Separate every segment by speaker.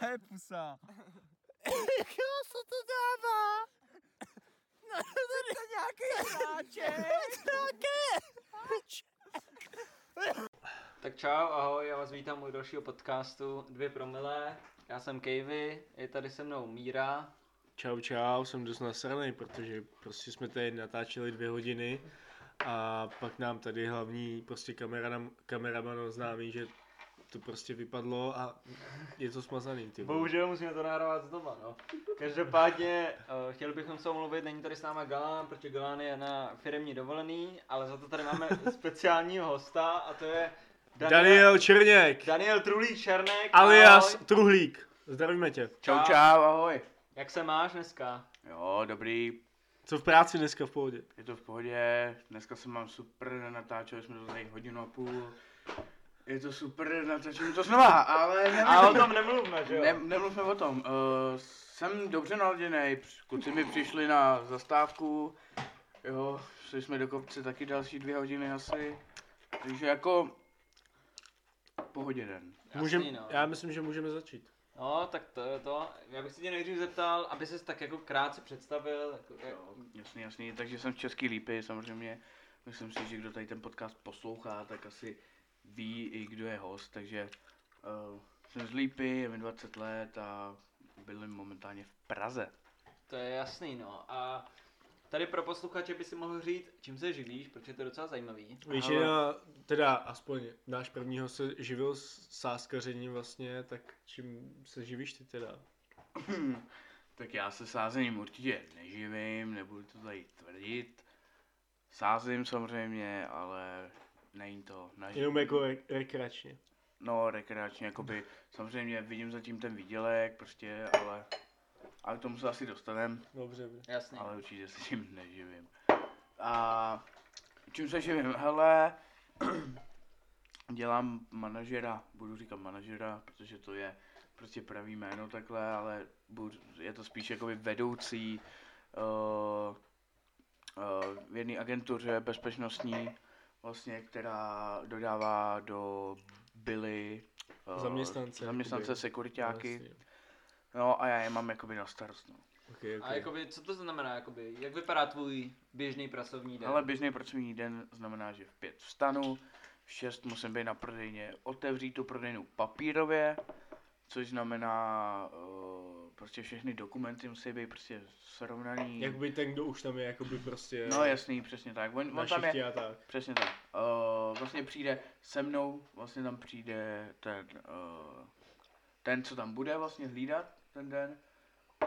Speaker 1: To je pusa.
Speaker 2: Jo, co to dává? No, to je nějaký hráček.
Speaker 3: Tak čau, ahoj, já vás vítám u dalšího podcastu Dvě promile. Já jsem Kejvy, je tady se mnou Míra.
Speaker 4: Čau, čau, jsem dost nasranej, protože prostě jsme tady natáčeli dvě hodiny a pak nám tady hlavní prostě kameraman, kameraman oznámí, že to prostě vypadlo a je to smazaný, ty vole.
Speaker 3: Bohužel musíme to nahrávat znova, no. Každopádně eh, chtěli bychom se omluvit, není tady s náma Galán, protože Galán je na firemní dovolený, ale za to tady máme speciálního hosta a to je
Speaker 4: Daniel Černěk,
Speaker 3: Daniel Trulí Černek.
Speaker 4: alias
Speaker 3: ahoj.
Speaker 4: Truhlík, zdravíme tě.
Speaker 2: Čau, čau, ahoj.
Speaker 3: Jak se máš dneska?
Speaker 2: Jo, dobrý,
Speaker 4: Co v práci dneska v pohodě?
Speaker 2: je to v pohodě, dneska se mám super, natáčeli jsme to tady hodinu a půl. Je to super, natáčíme to znova, ale nemluvíme,
Speaker 3: A o tom nemluvme, že jo?
Speaker 2: ne, nemluvme o tom. Uh, jsem dobře naladěný, př- kluci mi přišli na zastávku, jo, šli jsme do kopce taky další dvě hodiny asi, takže jako pohodě den.
Speaker 3: Jasný,
Speaker 4: Můžem,
Speaker 3: no.
Speaker 4: já myslím, že můžeme začít.
Speaker 3: No, tak to je to. Já bych se tě nejdřív zeptal, aby ses tak jako krátce představil, jako, jak,
Speaker 2: Jo, jasný, jasný, takže jsem z Český lípy samozřejmě. Myslím si, že kdo tady ten podcast poslouchá, tak asi ví i kdo je host, takže uh, jsem z Lípy, je mi 20 let a bydlím momentálně v Praze.
Speaker 3: To je jasný, no. A tady pro posluchače by si mohl říct, čím se živíš, protože to je docela zajímavý.
Speaker 4: Většina, teda aspoň náš prvního se živil s sáskařením vlastně, tak čím se živíš ty teda?
Speaker 2: Tak já se sázením určitě neživím, nebudu to tady tvrdit. Sázím samozřejmě, ale není to na
Speaker 4: Jenom jako re- rekreačně.
Speaker 2: No, rekreačně, jakoby, samozřejmě vidím zatím ten výdělek, prostě, ale, ale k tomu se asi dostaneme.
Speaker 4: Dobře, bude.
Speaker 3: Jasný.
Speaker 2: Ale určitě se tím neživím. A čím se živím? Hele, dělám manažera, budu říkat manažera, protože to je prostě pravý jméno takhle, ale budu, je to spíš jakoby vedoucí uh, uh, v jedné agentuře bezpečnostní, vlastně, která dodává do byly eh,
Speaker 4: Zaměstnance,
Speaker 2: zaměstnance
Speaker 4: jakoby.
Speaker 2: sekuritáky.
Speaker 4: Jasně.
Speaker 2: No a já je mám jakoby na starost. No.
Speaker 4: Okay,
Speaker 3: A jako- jakoby, co to znamená, jakoby, jak vypadá tvůj běžný pracovní den?
Speaker 2: Ale běžný pracovní den znamená, že v pět vstanu, v šest musím být na prodejně, otevřít tu prodejnu papírově, což znamená, uh, prostě všechny dokumenty musí být prostě srovnaný.
Speaker 4: Jakoby ten, kdo už tam je, jakoby prostě
Speaker 2: No jasný, přesně tak. On,
Speaker 4: na
Speaker 2: on tam
Speaker 4: šichtě
Speaker 2: je,
Speaker 4: a tak.
Speaker 2: přesně tak. Uh, vlastně přijde se mnou, vlastně tam přijde ten, uh, ten, co tam bude vlastně hlídat ten den.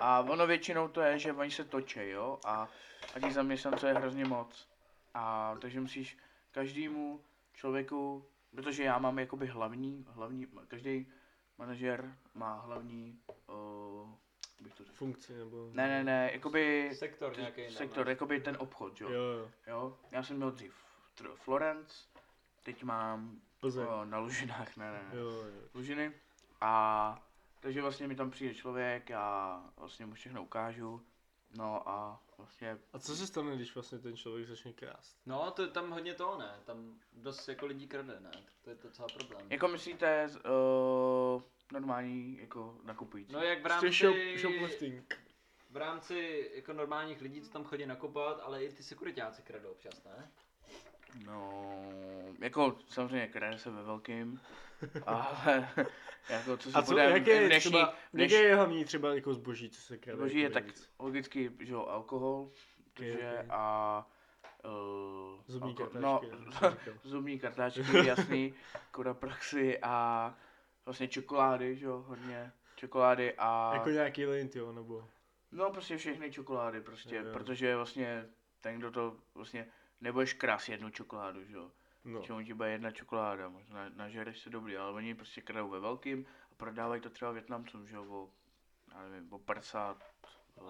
Speaker 2: A ono většinou to je, že oni se točí, jo, a, a těch zaměstnanců je hrozně moc. A takže musíš každému člověku, protože já mám jakoby hlavní, hlavní, každý manažer má hlavní, uh, bych to řekl.
Speaker 4: Funkci nebo...
Speaker 2: Ne, ne, ne, jakoby
Speaker 3: Sektor nějaký. ne? no.
Speaker 2: sektor, jakoby ten obchod, jo.
Speaker 4: Jo, jo.
Speaker 2: Jo, já jsem měl dřív tr- Florence, teď mám
Speaker 4: Plzeň.
Speaker 2: o, na Lužinách, ne, ne, Oh, ne,
Speaker 4: Jo, jo.
Speaker 2: Lužiny. A takže vlastně mi tam přijde člověk a vlastně mu všechno ukážu. No a vlastně,
Speaker 4: A co se stane, když vlastně ten člověk začne krást?
Speaker 3: No, to je tam hodně toho, ne? Tam dost jako lidí krade, ne? Tak to je docela problém.
Speaker 2: jako myslíte, z- o, normální jako nakupující?
Speaker 3: No jak v
Speaker 4: Prostě
Speaker 3: rámci,
Speaker 4: shop, shoplifting.
Speaker 3: v rámci jako normálních lidí, co tam chodí nakupovat, ale i ty sekuritáci kradou občas, ne?
Speaker 2: No, jako samozřejmě krade se ve velkým, ale jako co se
Speaker 4: A co,
Speaker 2: bude
Speaker 4: jaké je
Speaker 2: dnešní,
Speaker 4: třeba,
Speaker 2: dneš-
Speaker 4: jaké je hlavní třeba jako zboží, co se krade?
Speaker 2: Boží je
Speaker 4: jako
Speaker 2: tak
Speaker 4: nejvíc?
Speaker 2: logicky, že jo, alkohol, takže
Speaker 4: ok.
Speaker 2: a... Uh,
Speaker 4: Zubní kartáčky,
Speaker 2: No,
Speaker 4: jak jsem říkal.
Speaker 2: zubní kartáčky, jasný, koda praxi a vlastně čokolády, že jo, hodně čokolády a...
Speaker 4: Jako nějaký lint, jo, nebo...
Speaker 2: No prostě všechny čokolády prostě,
Speaker 4: Jo, jo.
Speaker 2: protože vlastně ten, kdo to vlastně... Nebudeš krás jednu čokoládu, že jo.
Speaker 4: No.
Speaker 2: Čemu ti bude jedna čokoláda, možná nažereš se dobrý, ale oni prostě kradou ve velkým a prodávají to třeba Větnamcům, že jo, o, já nevím, o 50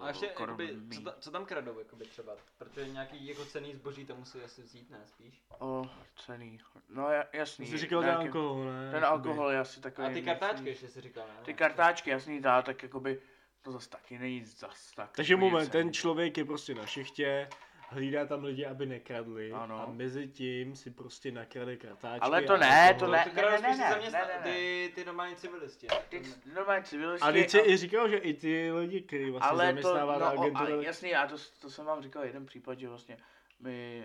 Speaker 3: A ještě,
Speaker 2: korun
Speaker 3: jakoby,
Speaker 2: míň.
Speaker 3: co, ta, co tam kradou, jakoby třeba? Protože nějaký jako cený zboží tam musí asi vzít, ne? Spíš.
Speaker 2: O, cený. No ja- jasný.
Speaker 4: Jsi říkal ten
Speaker 2: nějaký-
Speaker 4: alkohol, ne?
Speaker 2: Ten alkohol je asi takový...
Speaker 3: A ty kartáčky ještě si říkal, ne?
Speaker 2: Ty kartáčky, jasný, dá, tak jakoby to zas taky není zas tak.
Speaker 4: Takže
Speaker 2: úplně
Speaker 4: moment,
Speaker 2: cený.
Speaker 4: ten člověk je prostě na šichtě, hlídá tam lidi, aby nekradli
Speaker 2: Ano.
Speaker 4: a mezi tím si prostě nakrade kratáčky.
Speaker 2: Ale to
Speaker 4: a
Speaker 2: ne,
Speaker 4: alkohol.
Speaker 2: to ne,
Speaker 3: Ty
Speaker 2: ne, ne,
Speaker 3: krajou
Speaker 2: ne,
Speaker 3: spíš ty
Speaker 2: ne, ne,
Speaker 3: zaměstna-
Speaker 2: ne, ne.
Speaker 3: prostě ty, ty normální civilisti.
Speaker 2: Ty normálně civilisti.
Speaker 4: A teď se i říkal, že i ty lidi, který vlastně ale
Speaker 2: Prostě ale to,
Speaker 4: zaměstnává to,
Speaker 2: no,
Speaker 4: na
Speaker 2: o, a,
Speaker 4: agentura,
Speaker 2: jasný, já to, to jsem vám říkal jeden případ, že vlastně mi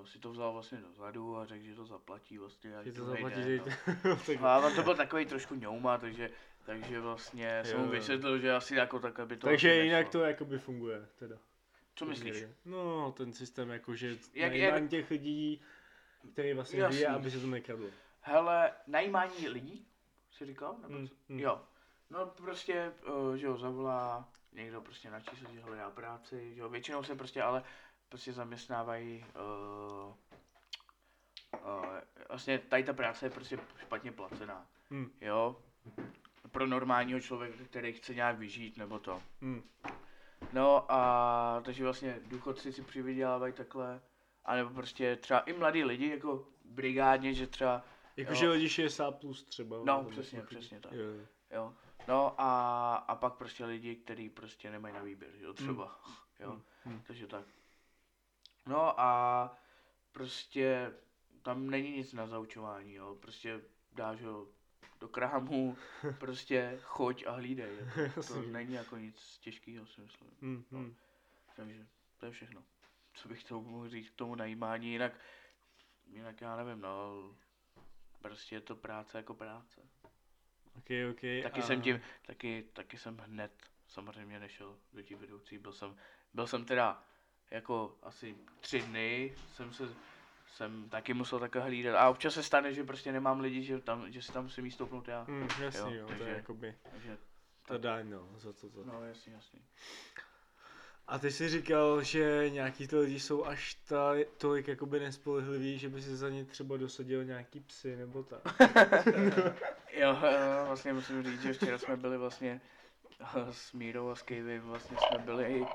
Speaker 2: uh, si to vzal vlastně dozadu a řekl, že to zaplatí vlastně. A
Speaker 4: že
Speaker 2: že
Speaker 4: to
Speaker 2: nejde,
Speaker 4: zaplatí,
Speaker 2: no.
Speaker 4: že tak-
Speaker 2: A on to byl takový trošku ňouma, takže, takže vlastně jsem
Speaker 4: Jo,
Speaker 2: mu
Speaker 4: jo.
Speaker 2: vysvětlil, že asi jako tak, aby to...
Speaker 4: Takže
Speaker 2: asi
Speaker 4: jinak
Speaker 2: nešlo.
Speaker 4: to jakoby funguje, teda.
Speaker 2: Co myslíš?
Speaker 4: No, ten systém jakože
Speaker 2: Jak-
Speaker 4: jak,
Speaker 2: jak-
Speaker 4: jak... těch lidí, který vlastně
Speaker 2: Jasný.
Speaker 4: ví, aby se to nekradlo.
Speaker 2: Hele, najímání lidí, si říkal? Nebo
Speaker 4: Mm,
Speaker 2: co?
Speaker 4: mm.
Speaker 2: Jo. No prostě, eh, že jo, zavolá někdo prostě na číslo, že hledá práci, že jo. Většinou se prostě, ale prostě zaměstnávají, uh, uh, vlastně tady ta práce je prostě špatně placená,
Speaker 4: Mm.
Speaker 2: jo. Pro normálního člověka, který chce nějak vyžít nebo to.
Speaker 4: Mm.
Speaker 2: No a takže vlastně důchodci si přivydělávají takhle, anebo prostě třeba i mladí lidi jako brigádně, že třeba
Speaker 4: Jakože lidi 60 plus třeba.
Speaker 2: No,
Speaker 4: nebo
Speaker 2: přesně,
Speaker 4: takový.
Speaker 2: přesně tak.
Speaker 4: Jo, jo.
Speaker 2: Jo. No a, a pak prostě lidi, kteří prostě nemají na výběr, jo, třeba. Jo.
Speaker 4: Hmm.
Speaker 2: Takže tak. No a prostě tam není nic na zaučování, jo. Prostě dáš ho do krámu, prostě choď a hlídej. Jako. To
Speaker 4: Jasně.
Speaker 2: není jako nic těžkého, si myslím.
Speaker 4: Mm, mm.
Speaker 2: Takže to je všechno. Co bych tomu mohl říct k tomu najímání, jinak, jinak já nevím, no. Prostě je to práce jako práce.
Speaker 4: Ok, ok.
Speaker 2: Taky jsem tím, taky, taky jsem hned samozřejmě nešel do tí vedoucí, byl jsem, byl jsem teda jako asi tři dny, jsem se, jsem taky musel takhle hlídat a občas se stane, že prostě nemám lidi, že, tam, že si tam musím jít stoupnout já,
Speaker 4: Mm, jasně,
Speaker 2: Jo,
Speaker 4: jo, to
Speaker 2: takže-
Speaker 4: je jakoby
Speaker 2: takže,
Speaker 4: ta daň, no, za to, to.
Speaker 2: no jasně, jasně.
Speaker 4: A ty jsi říkal, že nějaký ty lidi jsou až ta, tolik jakoby nespolehliví, že by si za ně třeba dosadil nějaký psy nebo tak.
Speaker 2: Jo, eh, vlastně musím říct, že včera jsme byli vlastně eh, s Mírou a s Kejvy, vlastně jsme byli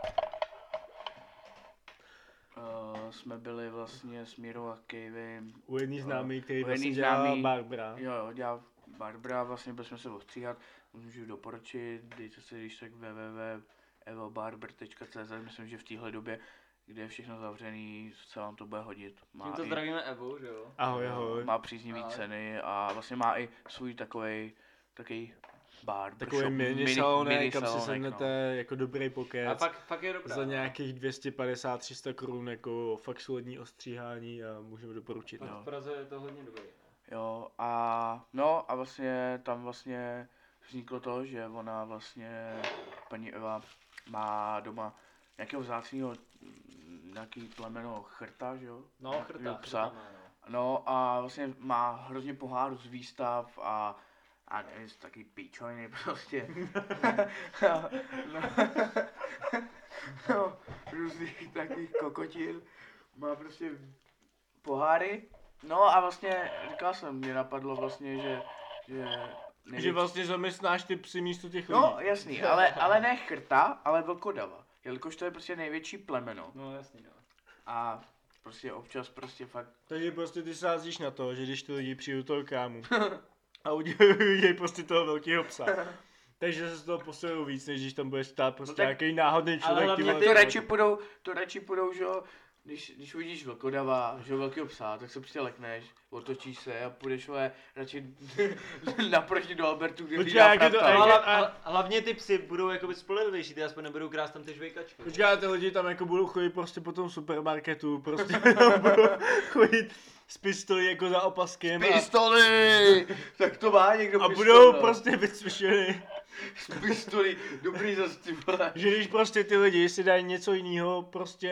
Speaker 2: eh, jsme byli vlastně s Mírou a Kejvy
Speaker 4: U jedný známý,
Speaker 2: No, U
Speaker 4: který
Speaker 2: jedný
Speaker 4: vlastně dělá
Speaker 2: známý.
Speaker 4: Barbara.
Speaker 2: Jo, jo, dělá Barbara, vlastně byli jsme se ostříhat, můžu doporučit, dejte si když tak www.evobarber.cz, myslím, že v téhle době, kde je všechno zavřený, se vám to bude hodit. Má
Speaker 3: Tímto
Speaker 2: i-
Speaker 3: zdravíme Evu, že jo?
Speaker 4: Ahoj, ahoj.
Speaker 2: No, Má příznivý
Speaker 3: Ahoj.
Speaker 2: ceny a vlastně má i svůj takovej, takový bar,
Speaker 4: Takový
Speaker 2: shop,
Speaker 4: mini salonek, kam si
Speaker 2: salonek,
Speaker 4: sednete
Speaker 2: no.
Speaker 4: jako dobrý
Speaker 3: A
Speaker 4: pokec.
Speaker 3: fakt, fakt je dobrá.
Speaker 4: Za
Speaker 3: no.
Speaker 4: nějakých 250-300 korun jako fakt solidní ostříhání a můžeme doporučit.
Speaker 3: Fakt
Speaker 4: No.
Speaker 2: no.
Speaker 3: v Praze je to hodně dobrý. no.
Speaker 2: No. Jo, a no a vlastně tam vlastně vzniklo to, že ona vlastně, paní Eva, má doma nějakého vzácného, nějaký plemeno chrta, že jo?
Speaker 3: No,
Speaker 2: Nějakýho
Speaker 3: chrta,
Speaker 2: psa.
Speaker 3: chrta má, no.
Speaker 2: No a vlastně má hrozně poháru z výstav a a nevím, z taky píčoviny prostě. no, no, různých takových kokotin. Má prostě poháry. No a vlastně, říkal jsem, mě napadlo vlastně, že... Že,
Speaker 4: Že
Speaker 2: největší-
Speaker 4: vlastně zaměstnáš ty psy místo těch lidí.
Speaker 2: No jasný, ale, ale ne chrta, ale vlkodava. Jelikož to je prostě největší plemeno.
Speaker 3: No jasný, no.
Speaker 2: A prostě občas prostě fakt
Speaker 4: Takže prostě ty sázíš na to, že když ty lidi přijdou do toho krámu a udělají udělají prostě toho velkého psa. Takže se z toho posilou víc, než když tam bude stát prostě no
Speaker 2: No tak-
Speaker 4: nějaký náhodný člověk.
Speaker 3: hlavně
Speaker 4: vole,
Speaker 2: Tak to
Speaker 4: co-
Speaker 2: radši půjdou, to radši půjdou, že jo, když, když uvidíš vlkodava, že jo, velkýho psa, tak se prostě lekneš, otočíš se a půjdeš, vole, radši naproti do Albertu, kde
Speaker 4: Počkej,
Speaker 2: hlídá
Speaker 4: jak je to-
Speaker 2: prapta.
Speaker 4: a
Speaker 3: No,
Speaker 4: jak
Speaker 2: Ale-
Speaker 4: je-
Speaker 3: ale, ale, hlavně ty psy budou jakoby spolehlivější, ty aspoň nebudou krást tam ty žvejkačky.
Speaker 4: Počkej, ale ty lidi tam jako budou chodit prostě po tom supermarketu, prostě tam budou chodit s pistolí jako za opaskem. a-
Speaker 2: Pistoli! Tak to má někdo
Speaker 4: A
Speaker 2: pistol,
Speaker 4: budou
Speaker 2: no.
Speaker 4: prostě vycvičeny,
Speaker 2: S Pistoli, dobrý zas ty vole.
Speaker 4: že když prostě ty lidi si dají něco jiného, prostě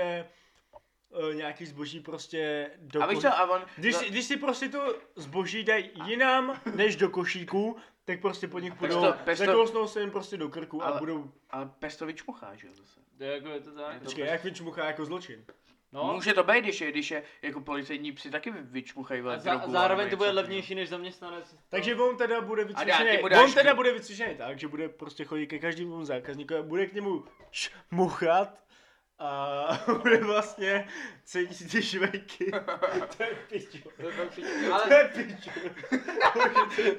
Speaker 4: eh, nějaký zboží prostě do
Speaker 2: A víš
Speaker 4: koš-
Speaker 2: co, a on...
Speaker 4: když,
Speaker 2: no,
Speaker 4: si, když si prostě to zboží dají jinam než do košíku, tak prostě po nich
Speaker 2: Pesto-
Speaker 4: půjdou,
Speaker 2: pesto-
Speaker 4: zakousnou se jim prostě do krku a
Speaker 2: Ale-
Speaker 4: budou,
Speaker 2: Ale pestovi čmuchá, že jo, zase.
Speaker 3: To je jako je to tak.
Speaker 4: počkej, jak vyčmuchá jako zločin.
Speaker 3: No,
Speaker 2: Může to být, když je, když je jako policejní psi taky vyčmuchají,
Speaker 3: a
Speaker 2: vole,
Speaker 3: za,
Speaker 2: drogu,
Speaker 3: zároveň
Speaker 2: nebo
Speaker 3: to bude
Speaker 2: něco,
Speaker 3: levnější než zaměstnanec.
Speaker 4: Takže on teda bude
Speaker 2: dá- ty
Speaker 4: vycvičený,
Speaker 2: mu dáš
Speaker 4: on teda
Speaker 2: kru-
Speaker 4: bude vycvičený tak, že bude prostě chodit ke každému zákazníkovi a bude k němu muchat
Speaker 3: a bude vlastně cítit ty švejky. to je piču. To
Speaker 2: Ale
Speaker 3: je piču.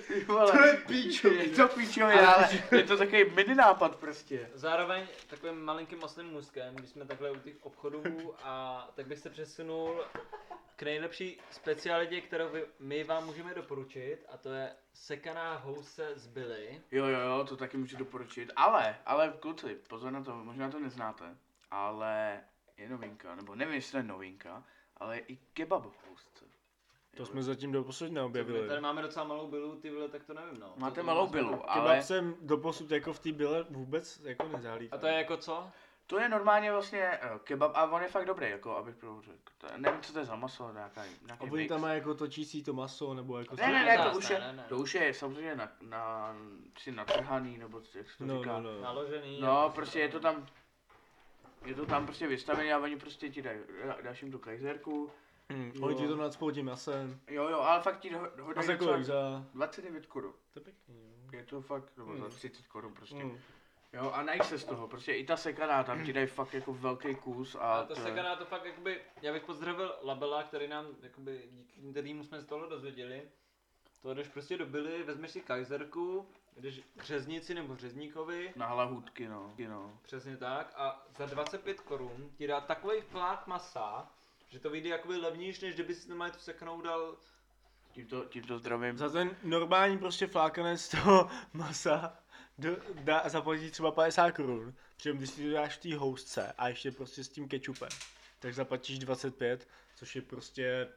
Speaker 2: ty vole,
Speaker 3: To je piču.
Speaker 2: je to píčo,
Speaker 3: Ale-
Speaker 2: ale je to takový mini nápad prostě.
Speaker 3: Zároveň takovým malinkým oslým můstkem, když jsme takhle u těch obchodů, a tak bych se přesunul k nejlepší specialitě, kterou vy, my vám můžeme doporučit, a to je sekaná house z Billy.
Speaker 2: Jo, jo, jo, to taky můžu doporučit. Ale, ale kluci, pozor na to, možná to neznáte, ale je novinka, nebo nevím, jestli to je novinka, ale je i kebab v housce.
Speaker 4: To jsme zatím doposud neobjevili.
Speaker 3: My tady máme docela malou bilu, ty vole, tak to nevím, no. Co
Speaker 2: Máte
Speaker 3: to
Speaker 2: malou
Speaker 3: vůbec bylo?
Speaker 2: bilu,
Speaker 4: Kebab
Speaker 2: ale
Speaker 4: jsem doposud jako v té byle vůbec jako nezálítal.
Speaker 3: A to je jako co?
Speaker 2: to je normálně vlastně eh, kebab a on je fakt dobrý, jako abych prvou řekl. To- Nevím, co to je za maso, nějaká,
Speaker 4: A
Speaker 2: nějaký
Speaker 4: oni
Speaker 2: mix.
Speaker 4: tam mají jako točící to maso, nebo jako...
Speaker 2: Ne, ne, ne,
Speaker 3: Ne,
Speaker 2: to už
Speaker 3: ne,
Speaker 2: je,
Speaker 3: ne, ne.
Speaker 2: to už je samozřejmě na, na, si natrhaný, nebo co- jak se to
Speaker 4: No,
Speaker 2: říká.
Speaker 4: no, no.
Speaker 3: Naložený. jako-
Speaker 2: No, prostě je to tam, je to tam prostě vystavené a oni prostě ti dají, dáš jim tu kajzerku.
Speaker 4: Hm, Oni ti to nadspou tím masem.
Speaker 2: Jo, jo, ale fakt ti doho-
Speaker 4: A
Speaker 2: dohodají
Speaker 4: za
Speaker 2: docela-
Speaker 4: kolik? Za...
Speaker 2: 29 korun.
Speaker 4: To je pěkný, jo.
Speaker 2: Je to fakt, nebo za 30 korun prostě.
Speaker 4: Mm.
Speaker 2: Jo, a najíš se z toho, prostě i ta sekaná, tam ti dají fakt jako velký kus a,
Speaker 3: A to
Speaker 2: to je-
Speaker 3: sekaná to fakt jakoby, já bych pozdravil Labela, který nám, jakoby, díky kterýmu jsme se tohle dozvěděli. To jdeš prostě do Billy, vezmeš si kajzerku, jdeš k řeznici nebo řezníkovi,
Speaker 2: na hlahůdky, no. Ty no.
Speaker 3: přesně tak, a za 25 korun ti dá takový plát masa, že to vyjde jakoby levnější, než kdyby si normálně tu sekanou dal.
Speaker 2: Tímto, tímto zdravím.
Speaker 4: Za ten normální prostě flákanec toho masa do, dá, zaplatí třeba 50 korun. Přitom když si to dáš v té housce a ještě prostě s tím kečupem, tak zaplatíš 25, což je prostě,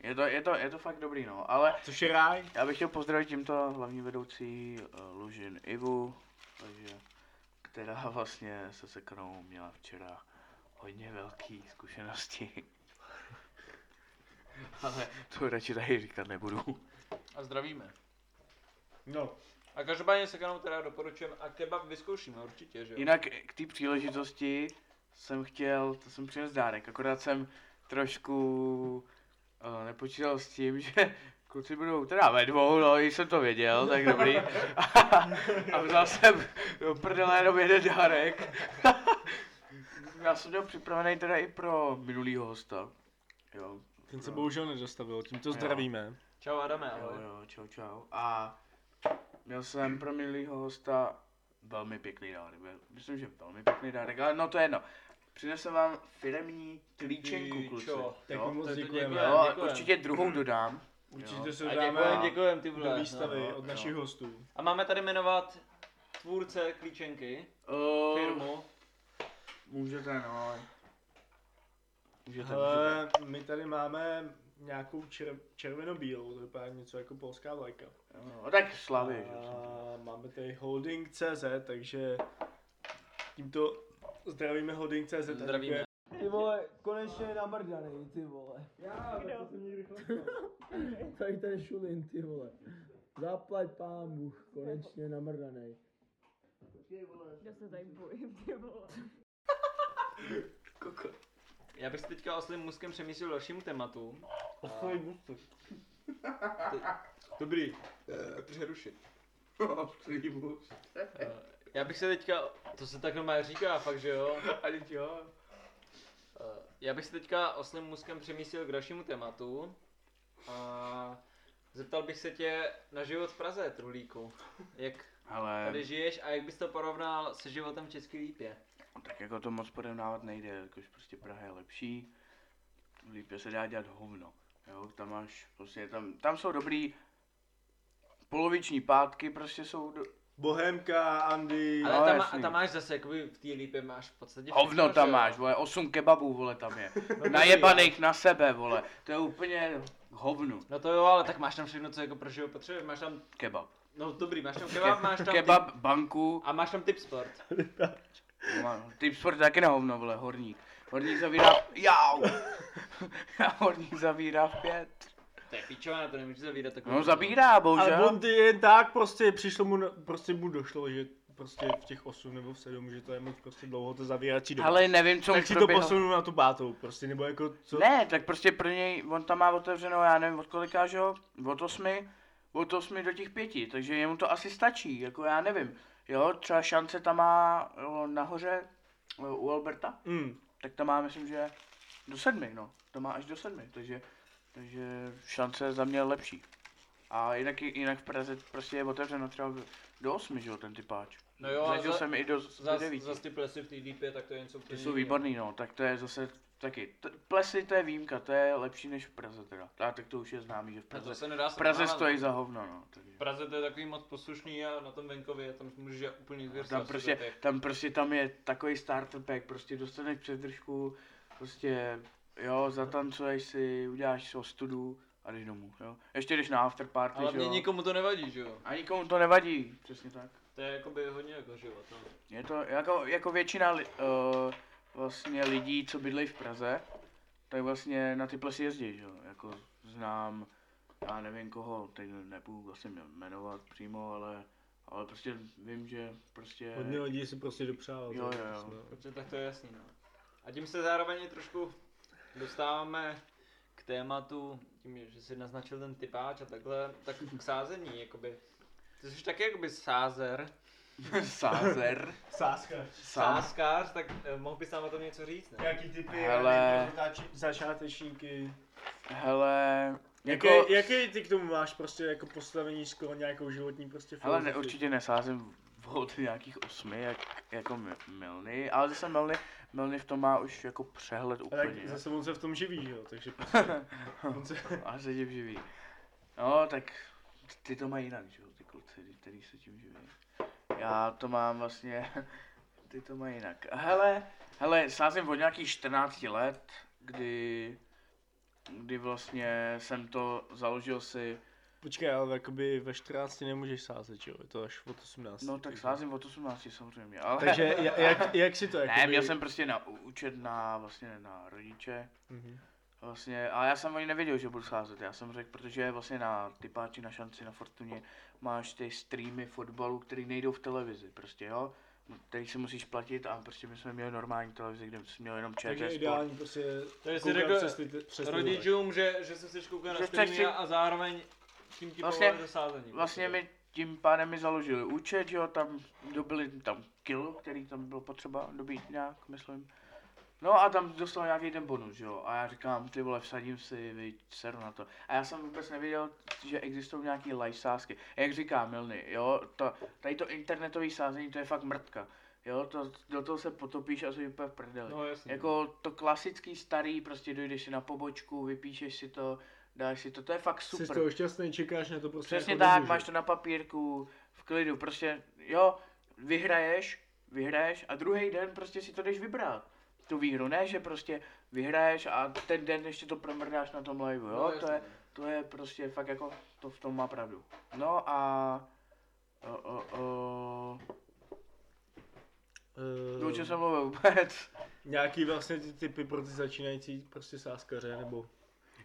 Speaker 2: Je to, je to, je to fakt dobrý, no, ale
Speaker 4: což je ráj.
Speaker 2: já bych chtěl pozdravit tímto hlavní vedoucí uh, Lužin Ivu, takže, která vlastně se sekanou měla včera hodně velký zkušenosti. ale to radši tady říkat nebudu.
Speaker 3: A zdravíme.
Speaker 4: No,
Speaker 3: A každopádně sekanou teda doporučujeme a kebab vyzkoušíme určitě, že jo?
Speaker 2: Jinak k té příležitosti jsem chtěl, to jsem přinesl dárek, akorát jsem trošku uh, nepočítal s tím, že kluci budou teda ve dvou, no i jsem to věděl, tak dobrý. A vzal jsem do prdele jenom jeden dárek. Já jsem byl připravený teda i pro minulýho hosta. Jo,
Speaker 4: ten se
Speaker 2: pro-
Speaker 4: bohužel nedostavil, tímto
Speaker 2: Jo.
Speaker 4: zdravíme.
Speaker 3: Čau Adame,
Speaker 2: Jo,
Speaker 3: ahoj.
Speaker 2: jo, čau, čau. A měl jsem pro minulýho hosta velmi pěkný dárek. byl- Myslím, že velmi pěkný dárek, ale no to je jedno. Přinesl vám firemní klíčenku, kluci.
Speaker 3: Klíčo.
Speaker 4: Tak
Speaker 2: Jo,
Speaker 4: moc
Speaker 3: to- to
Speaker 4: děkujeme.
Speaker 3: děkujeme.
Speaker 2: jo a
Speaker 3: děkujem.
Speaker 2: určitě druhou dodám.
Speaker 4: Určitě se
Speaker 3: A
Speaker 4: dáme
Speaker 3: děkujem, děkujem ty
Speaker 4: do
Speaker 3: vole.
Speaker 4: výstavy
Speaker 2: no,
Speaker 4: od
Speaker 2: jo.
Speaker 4: našich hostů.
Speaker 3: A máme tady jmenovat tvůrce klíčenky,
Speaker 2: Uh,
Speaker 3: firmu.
Speaker 2: Můžete, no, ale... Můžete, můžete.
Speaker 4: Hele, my tady máme nějakou čer, červenobílou, to vypadá něco jako polská vlajka.
Speaker 2: No, tak slavy, že jo, samozřejmě.
Speaker 4: A máme tady Holding CZ, takže tímto zdravíme Holding CZ.
Speaker 3: Zdravíme.
Speaker 5: Ty vole, konečně nabrdanej, ty vole. Já, to jsem někdy Tady ten šulin, ty vole. Zaplať pán Bůh, konečně namrdanej.
Speaker 6: Já se tady bojím, ty vole.
Speaker 3: Já bych se teďka oslým muskem přemístil k dalšímu tématu. Dobrý. Přerušit.
Speaker 2: Ostrý mus.
Speaker 3: Já bych se teďka, to se tak normálně říká, fakt že jo.
Speaker 2: Ale jo.
Speaker 3: Eh, Já bych se teďka oslým muskem přemístil k dalšímu tématu. A zeptal bych se tě na život v Praze, Trulíku. Jak
Speaker 2: Hele,
Speaker 3: tady žiješ a jak bys to porovnal se životem v České lípě?
Speaker 2: Tak jako to moc porovnávat nejde, jakož prostě Praha je lepší, líp se dá dělat hovno. Jo, tam máš, prostě tam, tam jsou dobrý poloviční pátky, prostě jsou do...
Speaker 4: Bohemka, Andy.
Speaker 3: Ale
Speaker 2: No,
Speaker 3: tam, má-
Speaker 2: jasný.
Speaker 3: tam máš zase, jakoby v té lípě máš v podstatě
Speaker 2: hovno
Speaker 3: všechno,
Speaker 2: tam
Speaker 3: že jo? No,
Speaker 2: máš, vole, osm kebabů, vole, tam je. Najebaných na sebe, vole, to je úplně hovnu,
Speaker 3: No to jo, ale tak máš tam všechno, co jako pro život potřebuješ. Máš tam,
Speaker 2: kebab.
Speaker 3: no dobrý, máš tam kebab, máš tam
Speaker 2: Kebab, banku,
Speaker 3: A máš tam typ sport.
Speaker 2: no, typ sport taky na hovno, vole, horník. Horník zavírá, jau! horník zavírá v pět.
Speaker 3: To je pičová, to nemůžu zavírat takovou.
Speaker 2: No zabírá, bohužel.
Speaker 4: Ale on ty jen tak prostě přišlo mu, prostě mu došlo, že prostě v těch 8 nebo v 7, že to je moc prostě dlouho to zavírací doba.
Speaker 2: Ale nevím, co
Speaker 4: tak
Speaker 2: mu
Speaker 4: si to
Speaker 2: proběhlo.
Speaker 4: posunu na tu bátou prostě, nebo jako co?
Speaker 2: Ne, tak prostě pro něj, on tam má otevřeno, já nevím od kolika, že jo, od osmi, od osmi do těch pěti, takže jemu to asi stačí, jako já nevím. Jo, třeba šance tam má jo, nahoře, eh, u Alberta,
Speaker 4: Mm.
Speaker 2: tak tam má, myslím, že do sedmi, no. To má až do sedmi, takže, takže šance je za mě lepší. A jinak, jinak v Praze prostě je otevřeno třeba do osmi, že jo, ten typáč.
Speaker 3: No jo, a
Speaker 2: Zažil
Speaker 3: za-
Speaker 2: jsem i do, do
Speaker 3: Zas,
Speaker 2: devíti.
Speaker 3: zas ty plesy v té DP, tak to je něco
Speaker 2: Ty
Speaker 3: úplně
Speaker 2: jsou
Speaker 3: jiného.
Speaker 2: výborný, no, tak to je zase taky. T- plesy to je výjimka, to je lepší než v Praze teda. A tak to už je známý, že v
Speaker 3: A No, to
Speaker 2: Praze.
Speaker 3: se nedá
Speaker 2: V Praze
Speaker 3: srovnávat.
Speaker 2: stojí za hovno, no.
Speaker 3: V
Speaker 2: Takže.
Speaker 3: Praze to je takový moc poslušný a na tom venkově tam můžeš úplně zvěrstva
Speaker 2: Tam prostě, tam prostě tam je takový starter pack, prostě dostaneš předržku, prostě jo, zatancuješ si, uděláš ostudu a jdeš domů, jo. Ještě jdeš na afterparty,
Speaker 3: Ale
Speaker 2: že jo.
Speaker 3: mě nikomu to nevadí, že jo?
Speaker 2: A nikomu to nevadí, přesně tak.
Speaker 3: To je jakoby hodně jako život, no.
Speaker 2: Je to jako, jako většina li, uh, vlastně lidí, co bydlejí v Praze, tak vlastně na ty plesy jezdí, že jo? Jako znám, já nevím koho, teď nebudu vlastně jmenovat přímo, ale, ale prostě vím, že prostě...
Speaker 4: Hodně lidí si prostě dopřálo.
Speaker 2: Jo,
Speaker 4: to,
Speaker 2: jo, jo.
Speaker 4: jsme-
Speaker 3: Protože tak to je jasný, no. A tím se zároveň i trošku dostáváme k tématu, tím, že si naznačil ten typáč a takhle, tak k sázení, jakoby. Ty jsi taky jakoby sázer,
Speaker 2: Sázer.
Speaker 4: Sázka.
Speaker 2: Sáz.
Speaker 3: sázkář, tak eh, mohl bys nám o tom něco říct, ne?
Speaker 4: Jaký typy
Speaker 2: Hele.
Speaker 4: Hele. začátečníky?
Speaker 2: Hele,
Speaker 4: Jako...
Speaker 2: jako...
Speaker 4: Jaký, jaký, ty k tomu máš prostě jako postavení skoro nějakou životní prostě
Speaker 2: Hele, ne,
Speaker 4: filozofii?
Speaker 2: určitě nesázím od nějakých osmi, jak, jako Mi- Milny, ale zase Milny, Milny v tom má už jako přehled
Speaker 4: Ale
Speaker 2: úplně.
Speaker 4: tak zase on se v tom živí, že jo, takže prostě, on se,
Speaker 2: A se tím živí. No, tak ty to mají jinak, že jo, ty kluci, ty- který se tím živí. Já to mám vlastně, ty to mají jinak. Hele, hele, sázím od nějakých 14 let, kdy, kdy vlastně jsem to založil si,
Speaker 4: počkej, ale jakoby ve 14 nemůžeš sázet, že jo, je to až od 18.
Speaker 2: no tak sázím od 18 samozřejmě, ale...
Speaker 4: Takže ja- jak, jak si to jakoby...
Speaker 2: Ne, měl jsem prostě na účet na, vlastně na rodiče,
Speaker 4: Mhm.
Speaker 2: Vlastně, a já jsem ani nevěděl, že budu scházet, já jsem řekl, protože vlastně na typáči, na šanci, na Fortuně máš ty streamy fotbalu, který nejdou v televizi, prostě jo, který si musíš platit a prostě my jsme měli normální televizi, kde jsme měli jenom
Speaker 4: Takže
Speaker 2: ČT Sport.
Speaker 4: ideální prostě
Speaker 3: Takže jsi
Speaker 4: koukám
Speaker 3: řekl
Speaker 4: přes ty, přes ty dole.
Speaker 3: Rodičům, že, že se chceš koukat na
Speaker 2: Že chceš
Speaker 3: streamy
Speaker 2: si-
Speaker 3: a zároveň tím ti
Speaker 2: Vlastně-
Speaker 3: vlastně, do sázení.
Speaker 2: Vlastně mi tím pádem mi založili účet, že jo, tam dobili tam kilo, který tam bylo potřeba dobít nějak, myslím. No a tam dostal nějaký ten bonus, že jo, a já říkám, ty vole, vsadím si, viď, seru na to. A já jsem vůbec nevěděl, že existují nějaký live sázky. A Jak říká Milny, jo, to, tady to internetové sázení, to je fakt mrtka. Jo, to, do toho se potopíš a jsi úplně v prdeli.
Speaker 3: No jasně.
Speaker 2: Jako to klasický starý, prostě dojdeš si na pobočku, vypíšeš si to, dáš si to, to je fakt super.
Speaker 4: Jsi z toho šťastný, čekáš na to prostě
Speaker 2: Přesně
Speaker 4: jako
Speaker 2: tak,
Speaker 4: domů, že?
Speaker 2: máš to na papírku, v klidu, prostě, jo, vyhraješ, vyhraješ a druhý den prostě si to jdeš vybrat. Tu výhru, ne, že prostě vyhraješ a ten den ještě to promrdáš na tom live, jo,
Speaker 3: jasně,
Speaker 2: to, je,
Speaker 3: no.
Speaker 2: to je prostě fakt jako, to v tom má pravdu. No a... O, o, o,
Speaker 4: Eh,
Speaker 2: to, o čem jsem mluvil vůbec.
Speaker 4: Nějaký vlastně ty typy pro ty začínající prostě sáskaře, nebo...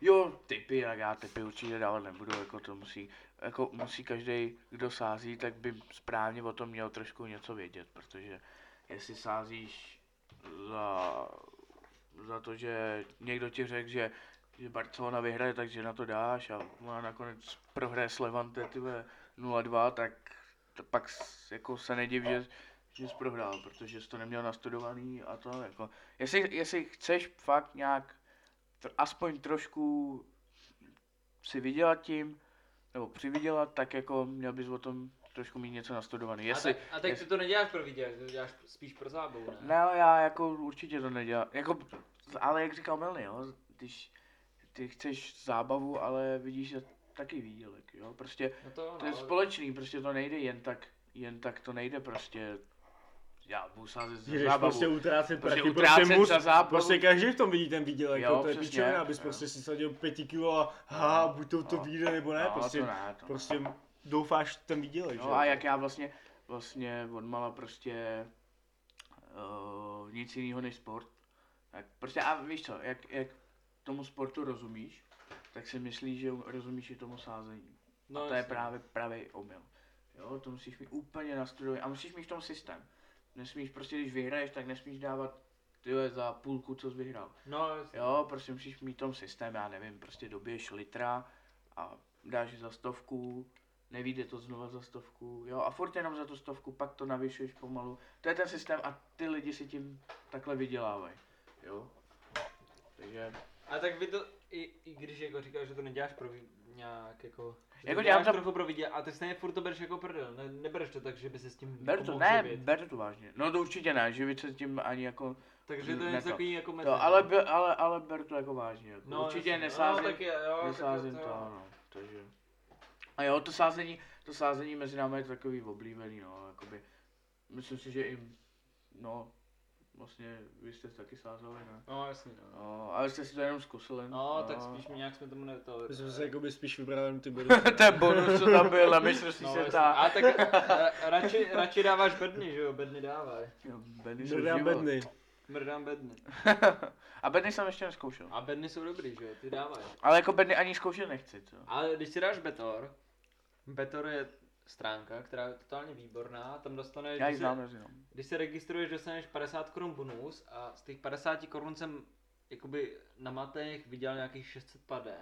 Speaker 2: Jo, typy, tak já typy určitě dávat nebudu, jako to musí, jako musí každý, kdo sází, tak by správně o tom měl trošku něco vědět, protože jestli sázíš za, za to, že někdo ti řekl, že, že Barcelona vyhraje, takže na to dáš a ona nakonec prohraje s Levante, ty vole, 0-2, tak to pak s- jako se nediv, že, že jsi prohrál, protože jsi to neměl nastudovaný a to jako. Jestli, jestli chceš fakt nějak tr- aspoň trošku si vydělat tím, nebo přivydělat, tak jako měl bys o tom trošku mít něco nastudovaný. Jestli,
Speaker 3: a, tak, a tak
Speaker 2: jestli-
Speaker 3: ty to neděláš pro výdělek, ty to děláš spíš pro zábavu, ne?
Speaker 2: ne, ale já jako určitě to nedělám. Jako, ale jak říkal Melny, jo, když ty chceš zábavu, ale vidíš že taky výdělek, jo. Prostě
Speaker 3: No to,
Speaker 2: to je
Speaker 3: no,
Speaker 2: společný, prostě to nejde jen tak, jen tak to nejde prostě. Já budu sázet za
Speaker 4: Jdeš
Speaker 2: zábavu.
Speaker 4: prostě utrácet
Speaker 2: Prostě
Speaker 4: prachy,
Speaker 2: utrácet
Speaker 4: prostě, mus,
Speaker 2: za zábavu.
Speaker 4: prostě každý v tom vidí ten výdělek,
Speaker 2: Jo,
Speaker 4: jo, to je
Speaker 2: přesně,
Speaker 4: pičovina, abys
Speaker 2: jo.
Speaker 4: prostě si sadil pěti kilo a haha, buď to, to
Speaker 2: No.
Speaker 4: vyjde nebo ne,
Speaker 2: No,
Speaker 4: prostě,
Speaker 2: to ne, to ne.
Speaker 4: prostě doufáš v ten výdělek, že
Speaker 2: No a jak já vlastně, vlastně odmala prostě uh, nic jiného než sport. Tak prostě a víš co, jak, jak tomu sportu rozumíš, tak si myslíš, že rozumíš i tomu sázení. No,
Speaker 3: No
Speaker 2: a to je
Speaker 3: jasně.
Speaker 2: právě pravý omyl. Jo, to musíš mít úplně nastudovat a musíš mít v tom systém. Nesmíš prostě, když vyhraješ, tak nesmíš dávat tyhle za půlku, co jsi vyhrál.
Speaker 3: no jasně.
Speaker 2: Jo, prostě musíš mít tom systém, já nevím, prostě doběž litra a dáš za stovku, nevíde to znova za stovku, jo, a furt jenom za tu stovku, pak to navyšuješ pomalu. To je ten systém a ty lidi si tím takhle vydělávají, jo. Takže,
Speaker 3: A tak vy to, i, i když jako říkáš, že to neděláš pro vy- nějak jako... že to
Speaker 2: Jako dělám
Speaker 3: děláš
Speaker 2: to-
Speaker 3: trochu pro vidě, a ty stejně furt to bereš jako prdel, ne, nebereš to tak, že by se s tím
Speaker 2: beru to,
Speaker 3: pomohl
Speaker 2: ne,
Speaker 3: živit.
Speaker 2: beru to vážně. No to určitě ne, živit se tím ani jako,
Speaker 3: Takže to je
Speaker 2: ne
Speaker 3: něco
Speaker 2: to.
Speaker 3: takový jako mezi.
Speaker 2: to, ale, be- ale, ale beru to jako vážně, jako.
Speaker 3: No,
Speaker 2: určitě
Speaker 3: jasně.
Speaker 2: nesázím,
Speaker 3: No, tak je, jo,
Speaker 2: Nesázím
Speaker 3: tak
Speaker 2: to, no.
Speaker 3: je jo.
Speaker 2: ano, takže. A jo, to sázení, to sázení mezi námi je takový oblíbený, no, jakoby. Myslím si, že i, no, vlastně vy jste taky sázeli, ne?
Speaker 3: No jasně, no.
Speaker 2: No, ale jste si to jenom zkusili.
Speaker 3: No, tak spíš mi nějak jsme tomu ne to...
Speaker 4: My jsme se jakoby spíš vybrali jenom ty body.
Speaker 2: Ten bonus, co tam byl na mistrovství
Speaker 3: No,
Speaker 2: no,
Speaker 3: jasně.
Speaker 2: světa.
Speaker 3: A tak ra- radši, radši dáváš bedny, že jo, bedny dávaj.
Speaker 2: Bedny jsou
Speaker 4: Dobrá
Speaker 2: život.
Speaker 4: bedny.
Speaker 3: Mrdám bedny.
Speaker 2: A bedny jsem ještě neskoušel.
Speaker 3: A bedny jsou dobrý, že jo, ty dávaj.
Speaker 2: Ale jako bedny ani zkoušet nechci, co?
Speaker 3: Ale když si dáš Betor, Betor je stránka, která je totálně výborná, tam dostaneš,
Speaker 2: Já ji
Speaker 3: když se-
Speaker 2: znám, neznám.
Speaker 3: Když se registruješ, dostaneš 50 korun bonus a z těch 50 korun jsem jakoby na matech vydělal nějakých 600 padé.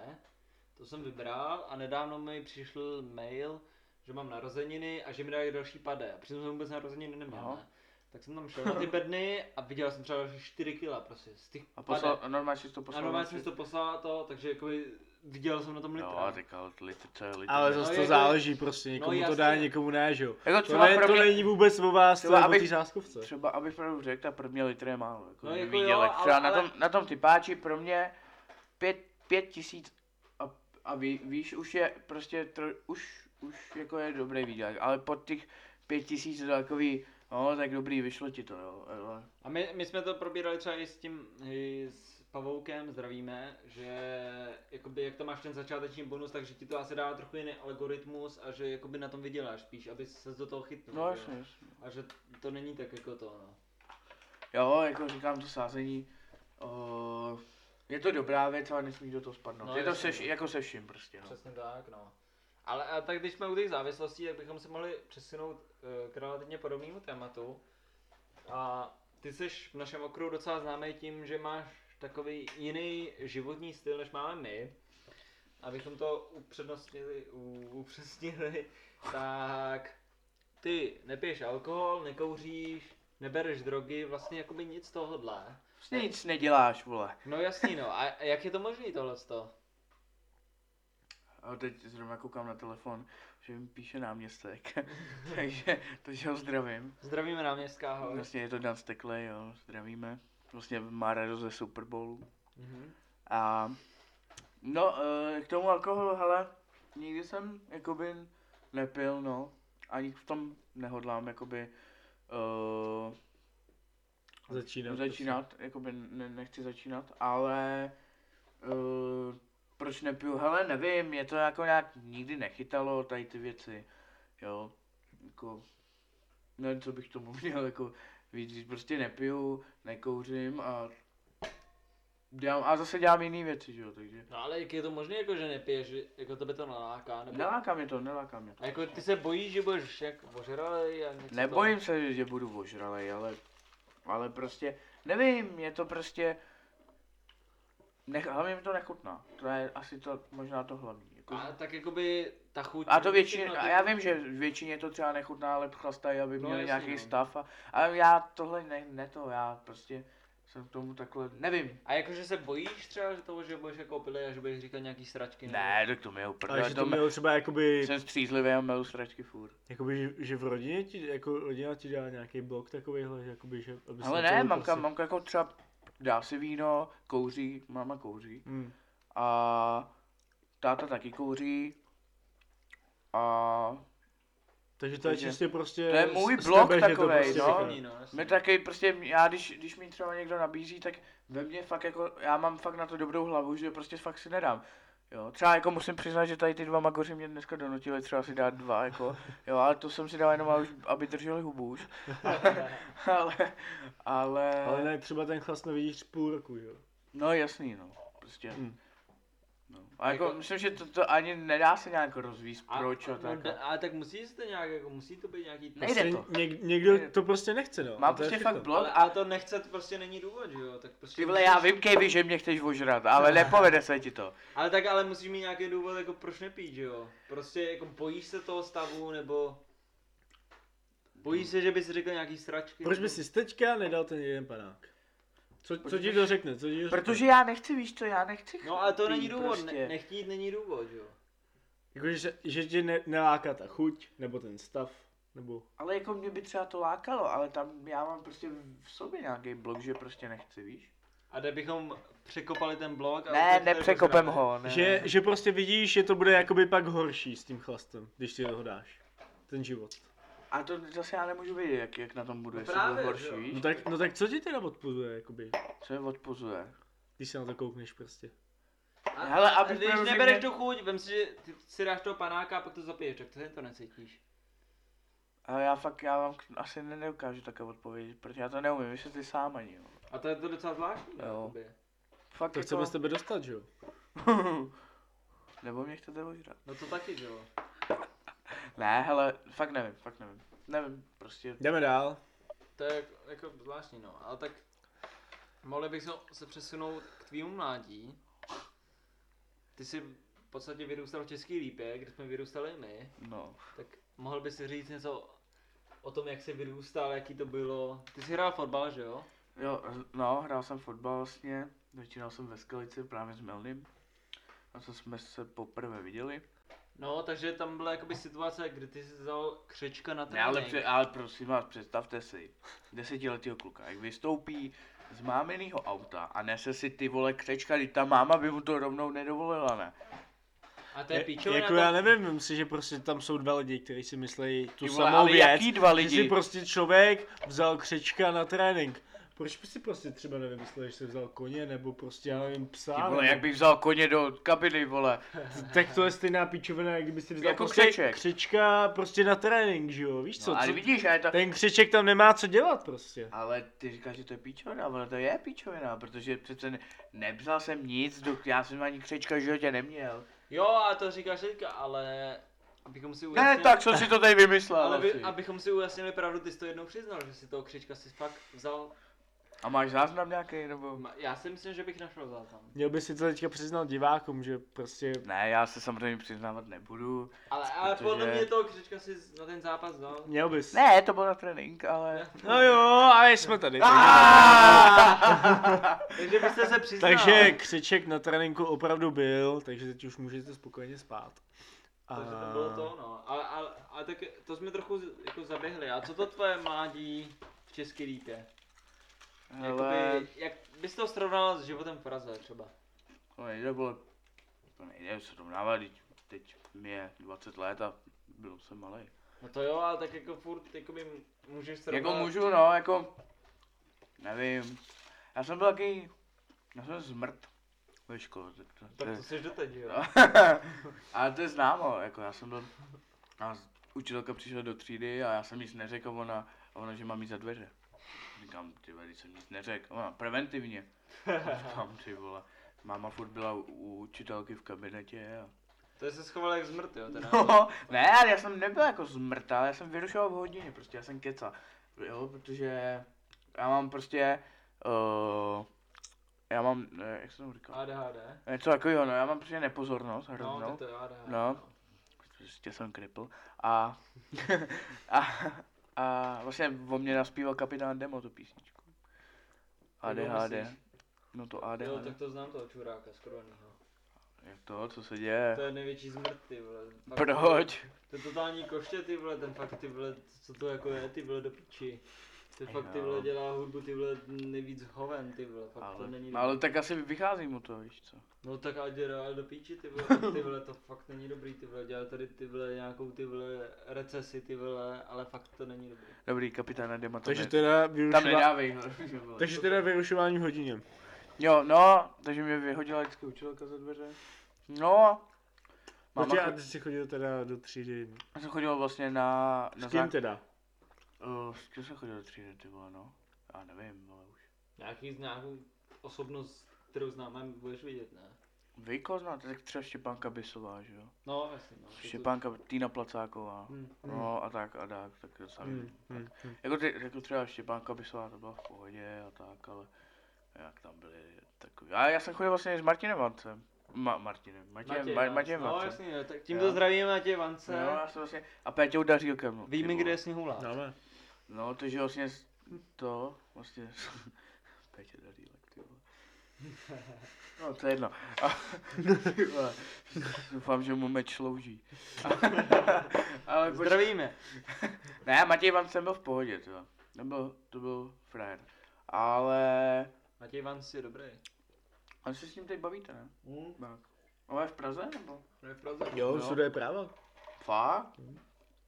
Speaker 3: To jsem vybral a nedávno mi přišel mail, že mám narozeniny a že mi dají další padé. A přitom jsem vůbec narozeniny neměl.
Speaker 2: Aha.
Speaker 3: Ne? Tak jsem tam šel na ty bedny a viděl jsem třeba další 4 kila prostě z těch
Speaker 2: A
Speaker 3: padé.
Speaker 2: poslal, normálně si to
Speaker 3: A
Speaker 2: poslal.
Speaker 3: normálně jsem si to poslal to, takže jakoby viděl jsem na tom
Speaker 2: Jo,
Speaker 3: litra.
Speaker 2: No, a tak ale litr, co je litr?
Speaker 4: Ale
Speaker 3: No,
Speaker 4: zase to
Speaker 3: jako-
Speaker 4: záleží prostě, někomu to
Speaker 3: jasně.
Speaker 4: dá, někomu ne, že jo.
Speaker 2: Jako
Speaker 4: To,
Speaker 2: třeba
Speaker 4: ne,
Speaker 2: pro
Speaker 4: to
Speaker 2: mě,
Speaker 4: není vůbec o vás, to
Speaker 2: Třeba
Speaker 4: je o
Speaker 2: abych-
Speaker 4: té záskovce.
Speaker 2: Třeba, abych pravdu řekl, tak pro mě litr je málo. Jako
Speaker 3: No
Speaker 2: no,
Speaker 3: jako
Speaker 2: jako
Speaker 3: jo, ale-
Speaker 2: Třeba na,
Speaker 3: ale-
Speaker 2: tom, na tom typáči pro mě pět, pět tisíc a, a ví, víš, už je prostě, tro, už, už jako je dobrý výdělek, ale pod těch pět tisíc je to takový, no tak dobrý, vyšlo ti to, jo, ale
Speaker 3: A my, my jsme to probírali třeba i s tím, i s Pavoukem, zdravíme, že jakoby, jak tam máš ten začáteční bonus, takže ti to asi dá trochu jiný algoritmus a že jakoby na tom vyděláš spíš, aby se do toho chytnul.
Speaker 2: no
Speaker 3: že jo.
Speaker 2: jasně, jasně.
Speaker 3: A že to není tak jako to, no.
Speaker 2: Jo, jako říkám to sázení, o, je to dobrá věc, ale nesmí do toho spadnout.
Speaker 3: No,
Speaker 2: No, je to
Speaker 3: jasně,
Speaker 2: se,
Speaker 3: no.
Speaker 2: jako se vším prostě, no.
Speaker 3: Přesně tak, no. Ale a tak když jsme u těch závislostí, tak bychom se mohli přesunout eh, k relativně podobnému tématu. A ty jsi v našem okruhu docela známý tím, že máš takový jiný životní styl, než máme my. Abychom to upřednostnili, u- upřesnili, tak ty nepiješ alkohol, nekouříš, nebereš drogy, vlastně jakoby nic z tohohle.
Speaker 2: Vlastně nic neděláš, vole.
Speaker 3: No jasný no, a a jak je to možný tohleto?
Speaker 2: A teď zrovna koukám na telefon, že mi píše náměstek, takže, takže ho zdravím.
Speaker 3: Zdravíme náměstka, ahoj.
Speaker 2: Vlastně je to Dan Stekle, jo, zdravíme. Vlastně má radost ze Super Bowlu.
Speaker 3: Mhm.
Speaker 2: A no, eh, k tomu alkoholu, hele, nikdy jsem jakoby nepil, no. Ani v tom nehodlám jakoby uh,
Speaker 4: Začínat.
Speaker 2: začínat, jakoby ne, nechci začínat, ale uh, proč nepiju, hele nevím, mě to jako nějak nikdy nechytalo, tady ty věci, jo, jako, nevím, co bych k tomu měl, jako, víc říct, prostě nepiju, nekouřím a dělám, a zase dělám jiné věci, že jo, takže,
Speaker 3: No ale jak je to možné, jako, že nepiješ, že- jako tebe to naláká, nebo...
Speaker 2: neláká mě to, neláká mě to.
Speaker 3: A jako ty se bojíš, že budeš jak ožralej a něco
Speaker 2: Nebojím se, že budu ožralej, ale, ale prostě, nevím, je to prostě, nech, hlavně mi to nechutná, to je asi to, možná to hlavní. Jako,
Speaker 3: To... A tak jakoby ta chuť...
Speaker 2: a to
Speaker 3: No,
Speaker 2: většině,
Speaker 3: ty-
Speaker 2: a já vím, že většině to třeba nechutná, ale chlastají, aby
Speaker 3: No,
Speaker 2: měli
Speaker 3: jasně,
Speaker 2: nějaký
Speaker 3: no.
Speaker 2: stav. A, ale já tohle ne, ne to, já prostě jsem k tomu takhle, nevím.
Speaker 3: A jakože se bojíš třeba že toho, že budeš jako opilej a že budeš říkat nějaký sračky? nebo-
Speaker 2: Ne, tak to mi je úplně,
Speaker 4: Ale že to
Speaker 2: mě...
Speaker 4: mělo třeba jakoby,
Speaker 2: jsem střízlivý a měl sračky furt.
Speaker 4: jakoby, že- že v rodině ti, jako rodina ti dá nějaký blok takovýhle, že jakoby, že... Aby prostě-
Speaker 2: Ale ne, mamka, mamka jako třeba dá si víno, kouří, máma kouří.
Speaker 4: Hmm.
Speaker 2: A táta taky kouří. A
Speaker 4: Takže to je
Speaker 2: Takže-
Speaker 4: čistě prostě...
Speaker 2: To je můj
Speaker 4: z
Speaker 2: blok
Speaker 4: tebe, že to
Speaker 2: takovej,
Speaker 4: prostě
Speaker 2: no.
Speaker 4: řekne.
Speaker 3: no, jasně.
Speaker 2: my taky prostě, já když, když mi třeba někdo nabízí, tak ve mně fakt jako, já mám fakt na to dobrou hlavu, že prostě fakt si nedám. Jo, třeba jako musím přiznat, že tady ty dva magoři mě dneska donutili třeba si dát dva, jako, jo, ale to jsem si dal jenom, aby, aby drželi hubu už. ale, ale,
Speaker 4: Ale ne, třeba ten chlas nevidíš půl roku, jo.
Speaker 2: no jasný, no, prostě.
Speaker 4: Mm.
Speaker 2: No. A jako,
Speaker 3: Jako-
Speaker 2: myslím, že to, to ani nedá se nějak rozvíst,
Speaker 3: A-
Speaker 2: proč a,
Speaker 3: no,
Speaker 2: tak.
Speaker 3: da- Ale tak musí se to nějak, jako musí to být nějaký tlak.
Speaker 2: Nejde
Speaker 4: Prostě
Speaker 2: to.
Speaker 4: Něk, někdo
Speaker 2: Nejde
Speaker 4: to prostě nechce, no.
Speaker 2: Má
Speaker 4: A to je
Speaker 2: prostě
Speaker 4: všechno.
Speaker 2: fakt blok
Speaker 3: Ale,
Speaker 2: a
Speaker 3: ale to nechce, to prostě není důvod, že jo? Tak prostě
Speaker 2: ty vole, já
Speaker 3: musíš-
Speaker 2: vím, Kevy, že mě chceš ožrat, ale nepovede se ti to.
Speaker 3: Ale tak ale musíš mít nějaký důvod, jako proč nepít, že jo? Prostě jako bojíš se toho stavu, nebo... Bojíš se, že bys řekl nějaký sračky?
Speaker 4: Proč
Speaker 3: nebo-
Speaker 4: by si teďka nedal ten jeden panák? Co, co ti
Speaker 2: Protože-
Speaker 4: to řekne? Co ti to řekne?
Speaker 2: Protože já nechci, víš to, já nechci.
Speaker 3: No ale to
Speaker 2: pít
Speaker 3: není důvod,
Speaker 2: prostě.
Speaker 3: ne, nechtít není důvod, že jo?
Speaker 4: Jako, že, se- že tě ne, neláká ta chuť, nebo ten stav, nebo...
Speaker 2: Ale jako mě by třeba to lákalo, ale tam já mám prostě v sobě nějaký blok, že prostě nechci, víš?
Speaker 3: A kdybychom překopali ten blok a...
Speaker 2: Ne,
Speaker 3: utekli do
Speaker 2: nepřekopem
Speaker 3: zrady.
Speaker 2: ho, ne.
Speaker 4: Ne. Že, že prostě vidíš, že to bude jakoby pak horší s tím chlastem, když ti ho dáš. Ten život.
Speaker 2: A to zase já nemůžu vědět, jak, jak na tom budu,
Speaker 3: No
Speaker 2: jestli
Speaker 3: právě,
Speaker 2: bude
Speaker 3: že
Speaker 2: horší,
Speaker 3: jo.
Speaker 2: víš?
Speaker 4: No tak, no tak co ti teda podpůzuje, jakoby,
Speaker 2: Co je odpuzuje?
Speaker 4: když se na to koukneš prostě.
Speaker 3: A,
Speaker 2: Hele, prostě-
Speaker 3: a
Speaker 2: aby
Speaker 3: když
Speaker 2: pravdě-
Speaker 3: nebereš tu chuť, vem si, že ty si dáš toho panáka a pak to zapiješ, tak to jen to necítíš.
Speaker 2: Ale já fakt, já vám k- asi ne- neukážu také odpovědět, protože já to neumím vysvětlit sám ani, jo.
Speaker 3: A to je to docela zvláštní,
Speaker 2: Jo.
Speaker 3: jo.
Speaker 2: Fakt
Speaker 4: To
Speaker 2: jako...
Speaker 4: chceme z tebe dostat, že jo?
Speaker 2: Nebo mě chcete ožrat.
Speaker 3: No to taky, že jo.
Speaker 2: Ne, hele, fakt nevím, fakt nevím. Nevím, prostě.
Speaker 4: Jdeme dál.
Speaker 3: To je jako, jako zvláštní, no. Ale tak mohli bych se- se přesunout k tvýmu mládí. Ty jsi v podstatě vyrůstal v Český lípě, kde jsme vyrůstali my.
Speaker 2: No.
Speaker 3: Tak mohl bys si říct něco o tom, jak jsi vyrůstal, jaký to bylo. Ty jsi hrál fotbal, že jo?
Speaker 2: Jo, no, hrál jsem fotbal vlastně. Začínal jsem ve Skalici právě s Melným. A co jsme se poprvé viděli.
Speaker 3: No, takže tam byla jakoby situace, kdy ty jsi vzal křečka na
Speaker 2: Ne, ale,
Speaker 3: trénink.
Speaker 2: pře- ale prosím vás, představte si, desetiletýho kluka, jak vystoupí z máminýho auta a nese si ty vole křečka, když ta máma by mu to rovnou nedovolila, ne?
Speaker 3: A to je píčo,
Speaker 4: jako já nevím, myslím si, že prostě tam jsou dva lidi, kteří si myslí tu
Speaker 2: Ty vole,
Speaker 4: samou
Speaker 2: ale
Speaker 4: věc.
Speaker 2: jaký dva
Speaker 4: Že si
Speaker 2: lidi?
Speaker 4: prostě člověk vzal křečka na trénink. Proč by si prostě třeba nevymyslel, že jsi vzal koně, nebo prostě, já nevím, psa?
Speaker 2: Ty
Speaker 4: nebo-
Speaker 2: vole, jak bych vzal koně do kabiny, vole.
Speaker 4: Tak to je stejná pičovina, jak kdyby si vzal
Speaker 2: Jako
Speaker 4: prostě
Speaker 2: křeček.
Speaker 4: křečka prostě na trénink, že jo? Víš co?
Speaker 2: No, ale
Speaker 4: co
Speaker 2: vidíš, a je to...
Speaker 4: Ten křeček tam nemá co dělat prostě.
Speaker 2: Ale ty říkáš, že to je píčovina, ale to je píčovina, protože přece ne, nepsal jsem nic, do, já jsem ani křečka v životě neměl.
Speaker 3: Jo, a to říkáš teďka, ale abychom si
Speaker 2: Ne,
Speaker 3: ujasnili...
Speaker 2: tak co si to tady vymyslel
Speaker 3: Ale
Speaker 2: asi.
Speaker 3: by, abychom si ujasnili pravdu, ty jsi to jednou přiznal, že si toho křička si fakt vzal.
Speaker 2: A máš záznam nějaký nebo?
Speaker 3: Ma- Já si myslím, že bych našel záznam.
Speaker 4: Měl by si to teďka přiznat divákům, že prostě...
Speaker 2: Ne, já se samozřejmě přiznávat nebudu.
Speaker 3: Ale, ale
Speaker 2: Protože-
Speaker 3: podle mě toho křička si z- na ten zápas vzal.
Speaker 4: Měl bys.
Speaker 2: Ne, to byl na trénink, ale...
Speaker 4: No jo, a jsme tady.
Speaker 2: Ah,
Speaker 3: Takže byste se přiznal.
Speaker 4: Takže
Speaker 2: no.
Speaker 4: křeček na tréninku opravdu byl, takže teď už můžete spokojeně spát. A...
Speaker 3: Takže to bylo to, no. Ale, ale, ale tak to jsme trochu z- jako zaběhli. A co to tvoje mládí v České lípě?
Speaker 2: Hele,
Speaker 3: Jakoby, jak bys to srovnal s životem v Praze třeba?
Speaker 2: to nejde, bylo... To nejde srovnávat, teď, teď mi je 20 let a byl jsem malý.
Speaker 3: No to jo, ale tak jako furt jakoby m- můžeš srovnat.
Speaker 2: Jako můžu, no, jako... Nevím. Já jsem byl taky... Já jsem zmrt ve škole. tak to- to
Speaker 3: Tak
Speaker 2: je-
Speaker 3: to jsi doteď, jo.
Speaker 2: No. ale to je známo, jako já jsem byl, a z- učitelka přišla do třídy a já jsem nic neřekl, ona, a ona že mám jít za dveře. Říkám, ty vole, když jsem nic neřekl, ona preventivně. Říkám, ty vole. Máma furt byla u, u učitelky v kabinetě a...
Speaker 3: To jsi se schoval jak zmrt, jo, teda.
Speaker 2: No, ne, ale já jsem nebyl jako zmrtá, já jsem vyrušoval v hodině, prostě já jsem keca. Jo, protože já mám prostě, uh, já mám, eh, jak jsem to říkal?
Speaker 3: ADHD.
Speaker 2: Něco takového, no, já mám prostě nepozornost
Speaker 3: No,
Speaker 2: hroznou.
Speaker 3: tak to je ADHD.
Speaker 2: No. Prostě jsem kripl. A, a, a vlastně o mě naspíval kapitán Demo tu písničku. ADHD.
Speaker 3: myslíš?
Speaker 2: No to
Speaker 3: Jo, tak
Speaker 2: ADHD.
Speaker 3: to znám toho čuráka skrovanýho.
Speaker 2: Jak to, co se děje?
Speaker 3: To je největší zmrt, ty vole. Fakt,
Speaker 2: Eh. Proč?
Speaker 3: To je totální koště, ty vole, ten fakt, ty vole, co to jako je, ty vole, do piči. Ten fakt, ty
Speaker 2: Jo.
Speaker 3: vole, dělá hudbu, ty vole, nejvíc hoven, ty vole, fakt to
Speaker 2: Ale,
Speaker 3: není
Speaker 2: ale tak asi vychází mu to, víš co.
Speaker 3: No tak ať je reál do píči, ty vole, tak ty vole, to fakt není dobrý, ty vole, dělá tady ty vole nějakou ty vole recesi, ty vole, ale fakt to není dobrý.
Speaker 2: Dobrý, kapitán Demo to
Speaker 4: Takže
Speaker 2: ne-
Speaker 4: teda
Speaker 2: Tam
Speaker 4: vyrušování...
Speaker 2: nedávej. ho.
Speaker 4: Takže teda vyrušování v hodině.
Speaker 2: Jo, no, takže mě vyhodila vždycky učitelka za dveře. No,
Speaker 4: Máma,
Speaker 2: máma,
Speaker 4: a ty
Speaker 2: cho-
Speaker 4: jsi chodil teda do třídy.
Speaker 2: já jsem chodil vlastně na... na
Speaker 4: S kým teda?
Speaker 2: Uh, s kým jsem chodil do třídy, ty vole, no? Já nevím, ale už.
Speaker 3: Nějaký z nějakou osobnost, kterou známe, budeš vidět, ne?
Speaker 2: Vy koho znáte? Tak třeba Štěpánka Bisová, že jo?
Speaker 3: No, jasně. No, to-
Speaker 2: Štěpánka, Týna Placáková.
Speaker 3: Hm.
Speaker 2: No a tak a tak, tak to sami.
Speaker 3: Hmm,
Speaker 4: hm, hm.
Speaker 2: Jako, ty, jako třeba Štěpánka Bisová, to byla v pohodě a tak, ale jak tam byly takový. A já jsem chodil vlastně s Martinem Vancem. Ma, Martinem, Martinem,
Speaker 3: Matěj
Speaker 2: Martinem, Ma,
Speaker 3: Vance.
Speaker 2: Martinem
Speaker 3: No,
Speaker 2: Vancem.
Speaker 3: jasně, tak
Speaker 2: Jo.
Speaker 3: tímto zdravíme Matěj
Speaker 2: No,
Speaker 3: Vance.
Speaker 2: já jsem vlastně, a Péťou Dařílkem. no, ty
Speaker 3: Víme,
Speaker 2: vole.
Speaker 3: kde je sněhulák.
Speaker 4: Dáme.
Speaker 2: No, takže vlastně s- to, vlastně, Petě Darílek, ty vole. No, to je jedno. A, ty vole, doufám, že mu meč slouží. Ale poč-
Speaker 3: Zdravíme.
Speaker 2: ne, Matěj Vance byl v pohodě, to Nebyl, to byl frajer. Ale,
Speaker 3: Matěj Vance je dobrý.
Speaker 2: a se s ním teď bavíte, ne?
Speaker 3: Mm.
Speaker 2: Tak. Ale v Praze, nebo?
Speaker 3: No je v Praze.
Speaker 4: Jo,
Speaker 2: Jo.
Speaker 4: všude je práva.
Speaker 2: Fakt?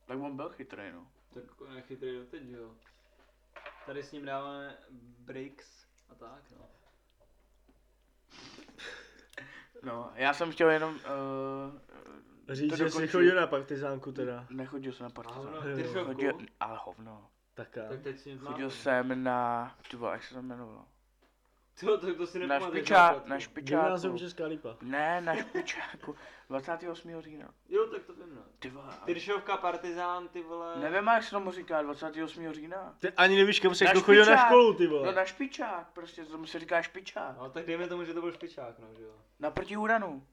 Speaker 2: Tak on byl chytrý, no.
Speaker 3: Tak jako on je chytrý doteď, jo. Tady s ním dáváme breaks a tak, no.
Speaker 2: No, já jsem chtěl jenom... Uh,
Speaker 4: Říct, že jsi chodil na partizánku teda.
Speaker 2: Nechodil jsem na
Speaker 3: Hovno,
Speaker 2: partizán.
Speaker 4: Jo.
Speaker 3: ty
Speaker 2: Chodil,
Speaker 3: roku.
Speaker 2: ale hovno.
Speaker 4: Tak a...
Speaker 3: Tak teď si neznáme.
Speaker 2: Chodil jsem na, ty vole, jak se to jmenovalo?
Speaker 3: To, to, to si
Speaker 2: Na,
Speaker 3: nepamatuješ
Speaker 2: špičá,
Speaker 3: základku.
Speaker 2: na špičáku.
Speaker 4: Gymnázium Česká Lípa.
Speaker 2: Ne, na špičáku. 28. října.
Speaker 3: Jo, tak to vím, no.
Speaker 2: Ty vole, ale-
Speaker 3: Tyršovka, Partizán, ty vole.
Speaker 2: nevím, jak se tomu říká 28. října.
Speaker 4: Ty ani nevíš, kam jsi
Speaker 2: Na
Speaker 4: jako chodil na
Speaker 2: špičák.
Speaker 4: školu, ty
Speaker 2: No
Speaker 4: vole.
Speaker 2: na špičák, prostě tomu se říká špičák.
Speaker 3: No, tak dejme tomu, že to byl špičák, no, že jo.
Speaker 2: Naproti Uranu.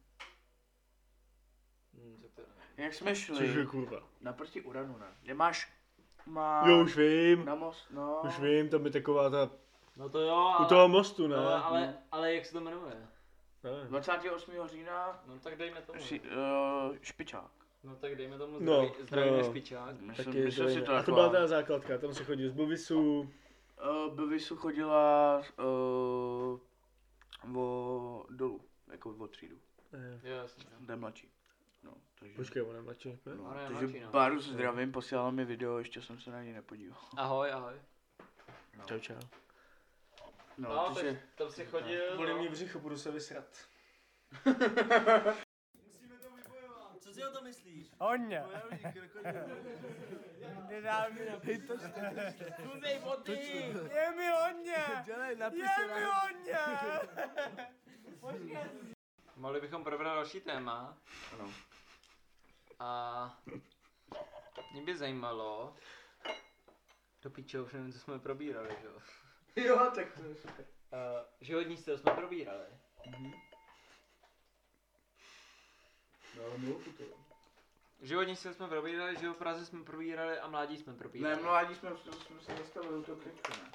Speaker 3: Hm, tak to nevím.
Speaker 2: Jak jsme
Speaker 4: Cože
Speaker 2: šli,
Speaker 4: kurva.
Speaker 2: naproti Uranu, ne? Kde máš, má...
Speaker 4: Jo, už vím.
Speaker 2: Na most, no.
Speaker 4: Už vím, tam je taková ta...
Speaker 3: No to jo, ale, no,
Speaker 4: U toho no. mostu, ne?
Speaker 2: no,
Speaker 4: No,
Speaker 3: ale, ale, ale, jak se to jmenuje?
Speaker 4: Ne.
Speaker 2: 28. října,
Speaker 3: No tak dejme tomu.
Speaker 2: si, uh, špičák.
Speaker 3: No tak dejme tomu
Speaker 4: No,
Speaker 3: zdraví, zdraví
Speaker 4: jo.
Speaker 3: na špičák.
Speaker 2: Myslím,
Speaker 4: Taky
Speaker 2: myslím si
Speaker 4: zřejmě.
Speaker 2: to jako-
Speaker 4: A to
Speaker 2: taková-
Speaker 4: byla ta základka, tam se chodil z Buvisu.
Speaker 2: Uh, Bevisu chodila uh, o dolů, jako o třídu,
Speaker 4: Eh,
Speaker 3: Jo, jasně.
Speaker 2: to je mladší. No, takže,
Speaker 4: Počkej, ona je mladší. ne?
Speaker 2: no,
Speaker 3: Ona je
Speaker 2: takže
Speaker 3: mladší, no.
Speaker 2: Báru se zdravím, posílala mi video, ještě jsem se na něj nepodíval.
Speaker 3: Ahoj, ahoj.
Speaker 4: Čau, čau.
Speaker 2: No,
Speaker 3: No,
Speaker 2: takže...
Speaker 3: tak tam si chodil.
Speaker 4: Bolí
Speaker 3: no.
Speaker 4: mě břicho, budu se vysrat.
Speaker 1: Hodně. Nedám mi Je mi hodně. Je mi hodně.
Speaker 3: Mohli bychom probrat další téma.
Speaker 2: Ano.
Speaker 3: A mě by zajímalo, do piče už nevím, co jsme probírali, že jo? jo, tak to je uh, Životní styl jsme probírali.
Speaker 4: Mhm.
Speaker 2: No,
Speaker 3: Životní styl jsme probírali, že jo, Praze jsme probírali a mládí jsme probírali.
Speaker 2: Ne, mládí jsme, jsme se zastavili u toho kličku, ne?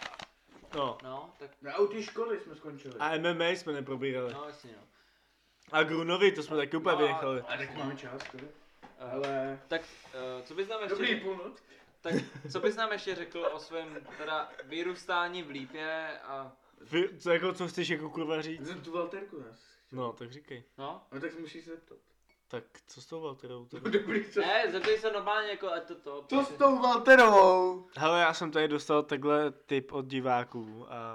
Speaker 4: No.
Speaker 3: No, tak,
Speaker 2: Na u té školy jsme skončili.
Speaker 4: A MMA jsme neprobírali.
Speaker 3: no jasně no.
Speaker 4: A Grunovi, to jsme taky úplně
Speaker 3: No,
Speaker 4: vynechali.
Speaker 3: a- jasně.
Speaker 2: čas, tedy.
Speaker 3: Eh,
Speaker 2: Ale...
Speaker 3: tak, eh, co bys nám ještě...
Speaker 2: Dobrý půlnoc.
Speaker 3: Tak co bys nám ještě řekl o svém teda vyrůstání v Lípě a
Speaker 4: Vy, co, jako, co chceš jako kurva říct?
Speaker 2: Jsem tu Valterku nás.
Speaker 4: No, tak říkej.
Speaker 3: no?
Speaker 2: No tak musíš se zeptat.
Speaker 4: Tak co s tou Walterou? teda?
Speaker 2: Dobrý, co?
Speaker 3: Ne, zeptej se normálně jako ať to to.
Speaker 2: Co s tou Valterovou?
Speaker 4: Hele, já jsem tady dostal takhle tip od diváků a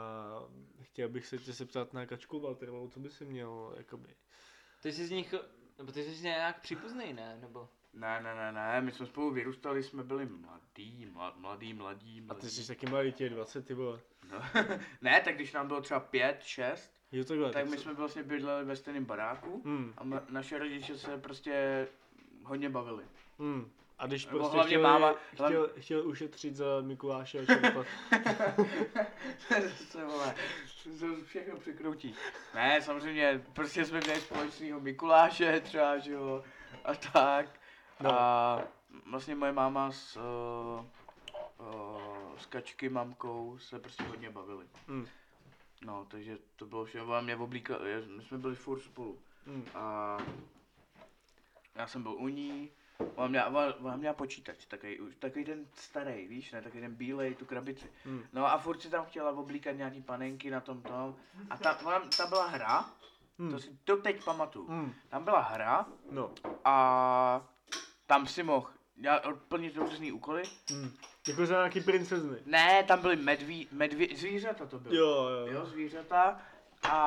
Speaker 4: chtěl bych se tě zeptat na kačku Walterovou, co by si měl, jakoby.
Speaker 3: Ty jsi z nich, nebo ty jsi z nich nějak příbuzný, ne? Nebo?
Speaker 2: Ne, ne, ne, ne, my jsme spolu vyrůstali, jsme byli mladí, mla- mladí, mladí,
Speaker 4: A
Speaker 2: mladí.
Speaker 4: ty jsi taky malý, tě je 20, ty vole.
Speaker 2: No, ne, tak když nám bylo třeba 5, 6,
Speaker 4: Jo, takhle.
Speaker 2: tak my
Speaker 4: No, co-
Speaker 2: jsme vlastně bydleli ve stejném baráku
Speaker 4: Hmm,
Speaker 2: a ma- naše rodiče se prostě hodně bavili.
Speaker 4: hmm. A když
Speaker 2: Nebo
Speaker 4: prostě
Speaker 2: hlavně
Speaker 4: chtěl,
Speaker 2: máma-
Speaker 4: chtěl, chtěl, ušetřit za Mikuláše a čerpat.
Speaker 2: Zase, vole, to všechno překroutí. Ne, samozřejmě, prostě jsme měli společného Mikuláše třeba, že jo, a tak.
Speaker 4: No.
Speaker 2: A vlastně moje máma s, uh, uh, s kačky mamkou se prostě hodně bavili.
Speaker 4: Hmm.
Speaker 2: No, takže to bylo všechno, ona mě oblíkala, my jsme byli furt spolu.
Speaker 4: Hmm.
Speaker 2: A já jsem byl u ní, ona měla, ona, ona měla počítač, takový, už- takový ten starý, víš, ne, takový ten bílej, tu krabici.
Speaker 4: Hmm.
Speaker 2: No a furt si tam chtěla oblíkat nějaký panenky na tom tom. A ta, ona, ta byla hra,
Speaker 4: Hmm.
Speaker 2: to si to teď pamatuju.
Speaker 4: Hmm.
Speaker 2: Tam byla hra
Speaker 4: No.
Speaker 2: a tam si mohl dělat plnit různý úkoly.
Speaker 4: Hmm. Jako za nějaký princezny.
Speaker 2: Ne, tam byly medví, medvě, zvířata to bylo.
Speaker 4: Jo, jo.
Speaker 2: Jo, zvířata. A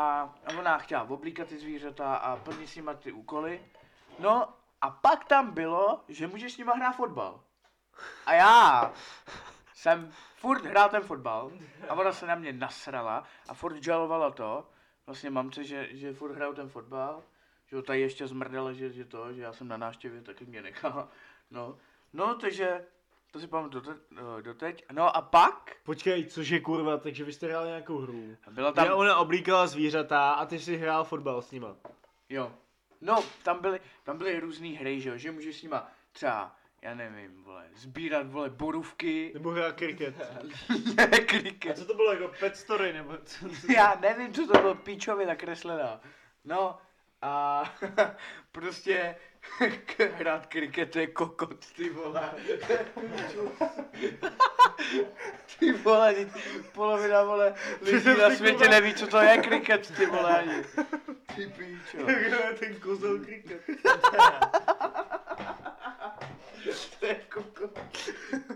Speaker 2: a ona chtěla oblíkat ty zvířata a plnit s nima ty úkoly. No a pak tam bylo, že můžeš s nima hrát fotbal. A já jsem furt hrál ten fotbal a ona se na mě nasrala a furt žalovala to, vlastně mamce, že, že furt hrál ten fotbal. že ho tady ještě zmrdala, že, že to, že já jsem na návštěvě, taky mě nechala. No, no takže to si pamatuju dote, eh, doteď. No a pak
Speaker 4: Počkej, cože kurva, takže vy jste hráli nějakou hru.
Speaker 2: byla
Speaker 4: No Tam... Kde
Speaker 2: tam...
Speaker 4: ona oblíkala zvířata a ty jsi hrál fotbal s nima.
Speaker 2: Jo. No, tam byly, tam byly různé hry, že jo, že můžeš s nima třeba, já nevím, vole, sbírat, vole, borůvky,
Speaker 4: Nebo hrál kriket.
Speaker 2: ne, kriket.
Speaker 4: to bylo jako pet story nebo co?
Speaker 2: Já nevím, co to bylo píčově nakreslená. No a prostě k- hrát kriket je kokot, ty vole. ty vole, teď polovina vole lidí
Speaker 4: jsem
Speaker 2: na
Speaker 4: si,
Speaker 2: světě
Speaker 4: kurva-
Speaker 2: neví, co to je kriket, ty vole ani. Ty píčo.
Speaker 4: Ten kozel kriket.
Speaker 2: To je kokot.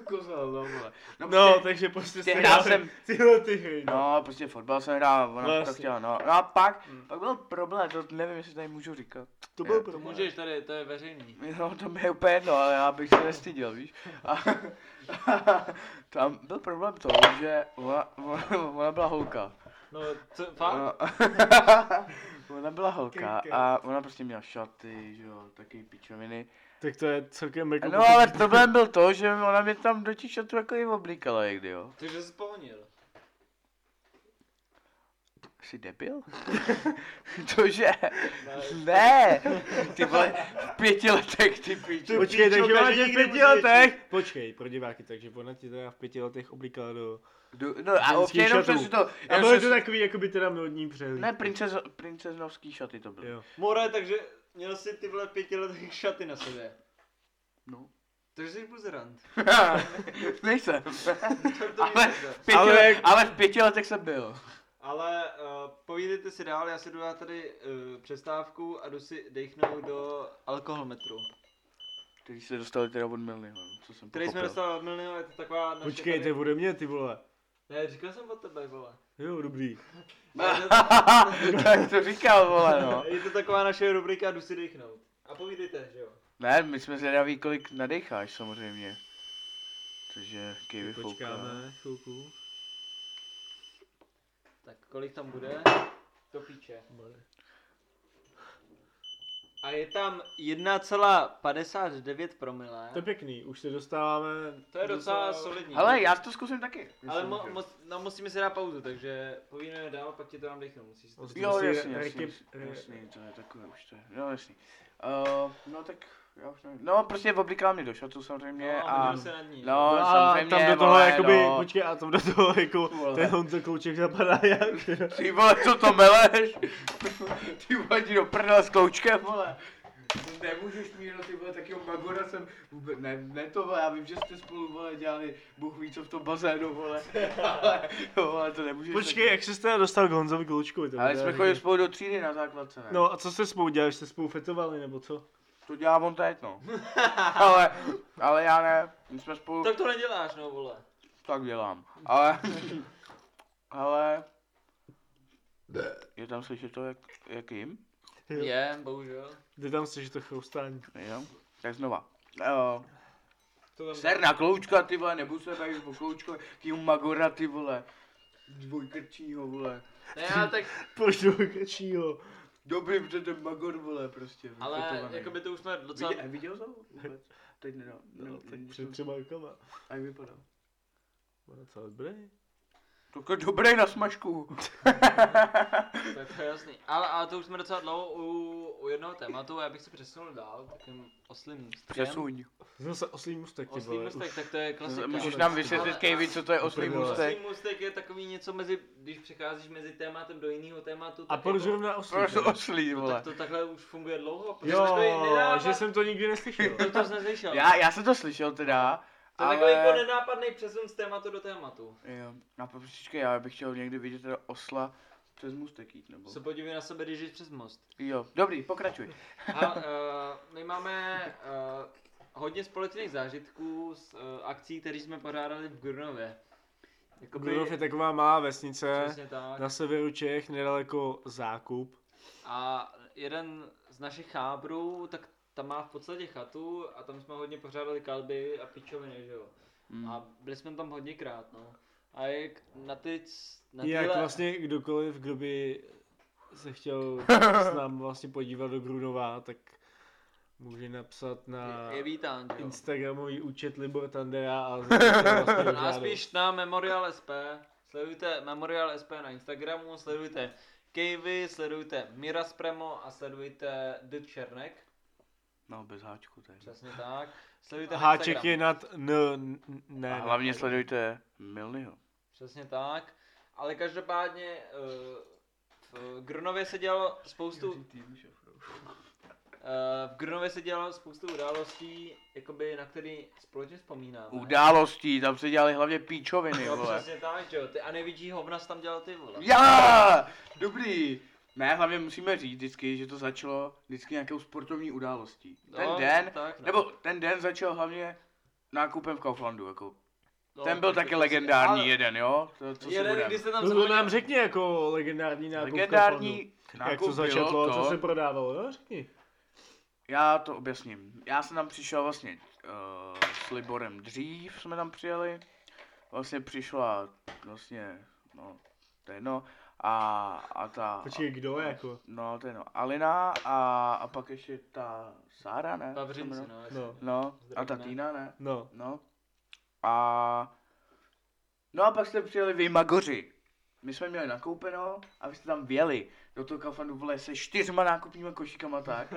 Speaker 2: Kozel, no vole.
Speaker 4: No,
Speaker 2: No, prostě-
Speaker 4: takže prostě
Speaker 2: Ty
Speaker 4: jste
Speaker 2: hrál
Speaker 4: hráli
Speaker 2: jsem-
Speaker 4: tyhle ty hry. No.
Speaker 2: No, prostě fotbal jsem hrál, ona
Speaker 4: No,
Speaker 2: no, to
Speaker 4: jasně.
Speaker 2: chtěla, no. No a pak, pak byl problém, to nevím, jestli tady můžu říkat.
Speaker 4: To byl
Speaker 2: Jo.
Speaker 3: To
Speaker 4: problém.
Speaker 3: můžeš tady, to je veřejný.
Speaker 2: No, to mi je úplně jedno, ale já bych se nestyděl, víš. A, a, tam byl problém to, že ona, ona, ona byla holka.
Speaker 3: No, co, fakt?
Speaker 2: Ona, ona byla holka a ona prostě měla šaty, že jo, taky pičoviny.
Speaker 4: Tak to je celkem jako...
Speaker 2: No, ale problém byl to, že ona mě tam do těch šatů jako i oblíkala někdy, jo.
Speaker 3: Takže jsi pohonil.
Speaker 2: Jsi debil? Cože? Ne! Ty vole, v pěti letech ty pičo.
Speaker 4: Počkej, Píčo,
Speaker 2: takže
Speaker 4: takže
Speaker 2: ona
Speaker 4: ona
Speaker 2: tě
Speaker 4: v
Speaker 2: v
Speaker 4: pěti letech. Počkej, pro diváky, takže ona ti teda v pěti letech oblíkala do...
Speaker 2: Du- No a
Speaker 4: Ženských
Speaker 2: opět jenom
Speaker 4: šatů.
Speaker 2: jsem si to...
Speaker 4: A
Speaker 2: jenom
Speaker 4: byly
Speaker 2: jsem
Speaker 4: to
Speaker 2: si-
Speaker 4: takový, jakoby teda módní přehlíd.
Speaker 2: Ne, princezo, princeznovský šaty to byly.
Speaker 4: Jo.
Speaker 3: More, takže měl jsi ty vole pětiletý šaty na sobě.
Speaker 2: No.
Speaker 3: Takže jsi buzerant.
Speaker 2: Nejsem.
Speaker 3: Tak to
Speaker 2: Ale
Speaker 3: víš, že?
Speaker 2: v, pěti
Speaker 4: Ale-
Speaker 2: let, ale v pěti letech jsem byl.
Speaker 3: Ale uh, povídejte si dál, já si jdu dát tady uh, přestávku a jdu si dechnout do alkoholmetru.
Speaker 2: Který se dostali teda od Milnyho, co jsem
Speaker 3: Který jsme
Speaker 2: pochopil.
Speaker 3: dostali od Milnyho, je to taková naše
Speaker 4: Počkej, to
Speaker 3: tady...
Speaker 4: je ode mě, ty vole.
Speaker 3: Ne, říkal jsem od tebe, vole.
Speaker 4: Jo, dobrý.
Speaker 2: tak to říkal, vole, no.
Speaker 3: Je to taková naše rubrika, jdu si dechnout. A povídejte, že jo.
Speaker 2: Ne, my jsme zvědaví, kolik nadecháš samozřejmě. Takže kejvy fouká.
Speaker 4: Počkáme chvilku.
Speaker 3: Tak kolik tam bude? To píče. A je tam 1,59 promile.
Speaker 4: To je pěkný, už se dostáváme... No,
Speaker 3: To je docela solidní.
Speaker 2: Hele, já to zkusím taky.
Speaker 3: Ale
Speaker 2: jestli
Speaker 3: mo-
Speaker 2: můžu.
Speaker 3: mo- no, musíme si dát pauzu, takže povídeme dál, pak ti to dám dechnout. Musíš si to
Speaker 4: Ostře-
Speaker 2: Jo,
Speaker 4: Prostě
Speaker 2: jasně,
Speaker 4: rekep-
Speaker 2: jasně,
Speaker 4: re-
Speaker 2: jasně, to je takové už to je, jo, jasně. Uh, no tak, já už nevím. No, prostě oblíkala mě do šatu samozřejmě
Speaker 3: No,
Speaker 2: a...
Speaker 3: a se nad ní.
Speaker 2: no,
Speaker 4: No a
Speaker 2: samozřejmě,
Speaker 4: tam do toho,
Speaker 2: vole,
Speaker 4: jakoby,
Speaker 2: no.
Speaker 4: počkej, a tam do toho, jako,
Speaker 2: Vole.
Speaker 4: ten Honza Klouček zapadá jak, teda.
Speaker 2: Ty vole, co to meleš? Ty vole, jdi do prdele s kloučkem, vole. To Nemůžeš mít, no, ty vole, takýho Magora jsem vůbec, ne, ne to vole, já vím, že jste spolu, vole, dělali, Bůh ví, co v tom bazénu, vole, ale, vole, to nemůžeš.
Speaker 4: Počkej, jak jsi se teda dostal k Honzovi Kloučkovi? to
Speaker 2: Ale
Speaker 4: teda
Speaker 2: jsme
Speaker 4: řekni.
Speaker 2: chodili spolu do třídy na základce, ne?
Speaker 4: No a co jste spolu dělali, jste spolu fetovali nebo co?
Speaker 2: To dělá on teď, no. ale, ale já ne, my jsme spolu, tak,
Speaker 3: Tak to neděláš, no vole.
Speaker 2: tak dělám. Ale, ale, je tam slyšet to, jak, jak jim?
Speaker 4: Jo.
Speaker 3: Je, bohužel.
Speaker 4: Ty tam jsi, že to chroustání.
Speaker 2: Jo, tak znova. Uh,
Speaker 3: To tam
Speaker 2: ser na kloučka, ty vole, nebudu se bavit o kloučko, kým magora, ty vole. Dvojkrčího, vole.
Speaker 3: Ne, ale tak,
Speaker 4: Proč do kačího?
Speaker 2: Dobrý, protože ten magor, vole, prostě.
Speaker 3: ale
Speaker 2: vyfetovaný.
Speaker 3: jako by to už jsme
Speaker 2: Vidě,
Speaker 3: docela...
Speaker 2: a viděl jsem ho vůbec? Teď nedal.
Speaker 4: No, tak
Speaker 2: No,
Speaker 4: před třema rokama.
Speaker 2: a jak vypadal?
Speaker 4: No, co, dobrý?
Speaker 2: Tako dobrý na smažku.
Speaker 3: Tak to je jasný. Ale, ale to už jsme docela dlouho u, u jednoho tématu, já bych se přesunul dál, takým oslým střem.
Speaker 2: Přesuň.
Speaker 4: Zase oslý mustek, ty
Speaker 3: Oslý
Speaker 4: vole.
Speaker 3: mustek, No, tak to je klasika.
Speaker 2: Můžeš nám vysvětlit,
Speaker 3: Ale-
Speaker 2: Kejvi, co to je oslý
Speaker 4: Úplně, vole.
Speaker 2: můstek?
Speaker 3: Oslý můstek je takový něco mezi, když přecházíš mezi tématem do jiného tématu.
Speaker 4: A
Speaker 3: tak
Speaker 4: proč
Speaker 3: jako-
Speaker 4: zrovna oslý?
Speaker 2: Proč
Speaker 4: teda?
Speaker 2: oslý,
Speaker 3: No,
Speaker 2: vole?
Speaker 3: tak to takhle už funguje dlouho, protože jo, to je
Speaker 4: Jo,
Speaker 3: nenápad,
Speaker 4: že jsem to nikdy neslyšel.
Speaker 3: to, to jsi neslyšel.
Speaker 2: Já, já jsem to slyšel teda,
Speaker 3: to je takový jako
Speaker 2: ale...
Speaker 3: nenápadný přesun z tématu do tématu.
Speaker 2: Jo, a počkej, já bych chtěl někdy vidět teda osla přes můstek jít, nebo...
Speaker 3: Se podívej na sebe, když jdeš přes most.
Speaker 2: Jo, dobrý, pokračuj.
Speaker 3: A uh, my máme uh, hodně společných zážitků z uh, akcí, které jsme pořádali v Gurnově. Jakoby,
Speaker 4: Gurdov je taková malá vesnice
Speaker 3: Přesně tak.
Speaker 4: na severu Čech, nedaleko Zákup.
Speaker 3: A jeden z našich chábrů, tak tam má v podstatě chatu a tam jsme hodně pořádali kalby a pičoviny, že jo.
Speaker 2: Mm.
Speaker 3: A byli jsme tam hodněkrát, no. A jak na ty... c- Na
Speaker 4: Jak
Speaker 3: tyhle-
Speaker 4: vlastně kdokoliv, kdo by se chtěl s námi vlastně podívat do Grunova, tak může napsat na
Speaker 3: Je, je vítán, jo.
Speaker 4: Instagramový účet Libor Tandera a zašle vlastně
Speaker 3: Nás
Speaker 4: žádost.
Speaker 3: spíš na Memorial SP, sledujte Memorial SP na Instagramu, sledujte Kejvy, sledujte Mira Spremo a sledujte The Černek,
Speaker 2: No, bez háčku tady.
Speaker 3: přesně tak. Sledujte na
Speaker 4: Háček
Speaker 3: Instagram.
Speaker 4: je nad n, n, n-
Speaker 2: A
Speaker 4: ne,
Speaker 2: hlavně
Speaker 4: ne,
Speaker 2: sledujte Milnyho.
Speaker 3: Přesně tak. Ale každopádně eh, v Grnově se dělalo spoustu... no. Eh, V Grnově se dělalo spoustu událostí, jakoby, na který společně vzpomínáme.
Speaker 2: Událostí, tam se dělali hlavně píčoviny,
Speaker 3: No
Speaker 2: vole.
Speaker 3: přesně tak, že jo. Ty a největší hovna jsi tam dělal ty vole.
Speaker 2: Já! Dobrý! Ne, hlavně musíme říct vždycky, že to začalo vždycky nějakou sportovní událostí. Ten
Speaker 3: No,
Speaker 2: den,
Speaker 3: tak, no.
Speaker 2: nebo ten den začal hlavně nákupem v Kauflandu, jako.
Speaker 3: No,
Speaker 2: ten byl
Speaker 3: tak to
Speaker 2: taky
Speaker 3: prostě-
Speaker 2: legendární
Speaker 3: ale-
Speaker 2: jeden, jo? To, co si
Speaker 3: Jeden,
Speaker 2: budem.
Speaker 3: když se tam
Speaker 4: No to
Speaker 3: zapomněl-
Speaker 4: nám řekni jako legendární nákup
Speaker 2: Legendární
Speaker 4: Kauflandu. Jak
Speaker 2: nákup
Speaker 4: to začalo,
Speaker 2: bylo
Speaker 4: co
Speaker 2: to-
Speaker 4: se prodávalo, no řekni.
Speaker 2: Já to objasním. Já jsem tam přišel vlastně uh, s Liborem dřív, jsme tam přijeli. Vlastně přišla, vlastně, no, to je jedno. A, a ta...
Speaker 4: Počkej, kdo jako?
Speaker 2: No, to je jedno. Alina a, a pak ještě ta Sára, ne?
Speaker 3: Pavřinci,
Speaker 2: Co se
Speaker 3: no. jasně.
Speaker 4: No,
Speaker 2: No, a ta
Speaker 3: Zdravíme.
Speaker 2: Týna, ne?
Speaker 4: no.
Speaker 2: No. A... No a pak jste přijeli vy Magoři. My jsme měli nakoupeno a vy jste tam vjeli do toho kafandu vole se čtyřma nákupníma košíkama tak.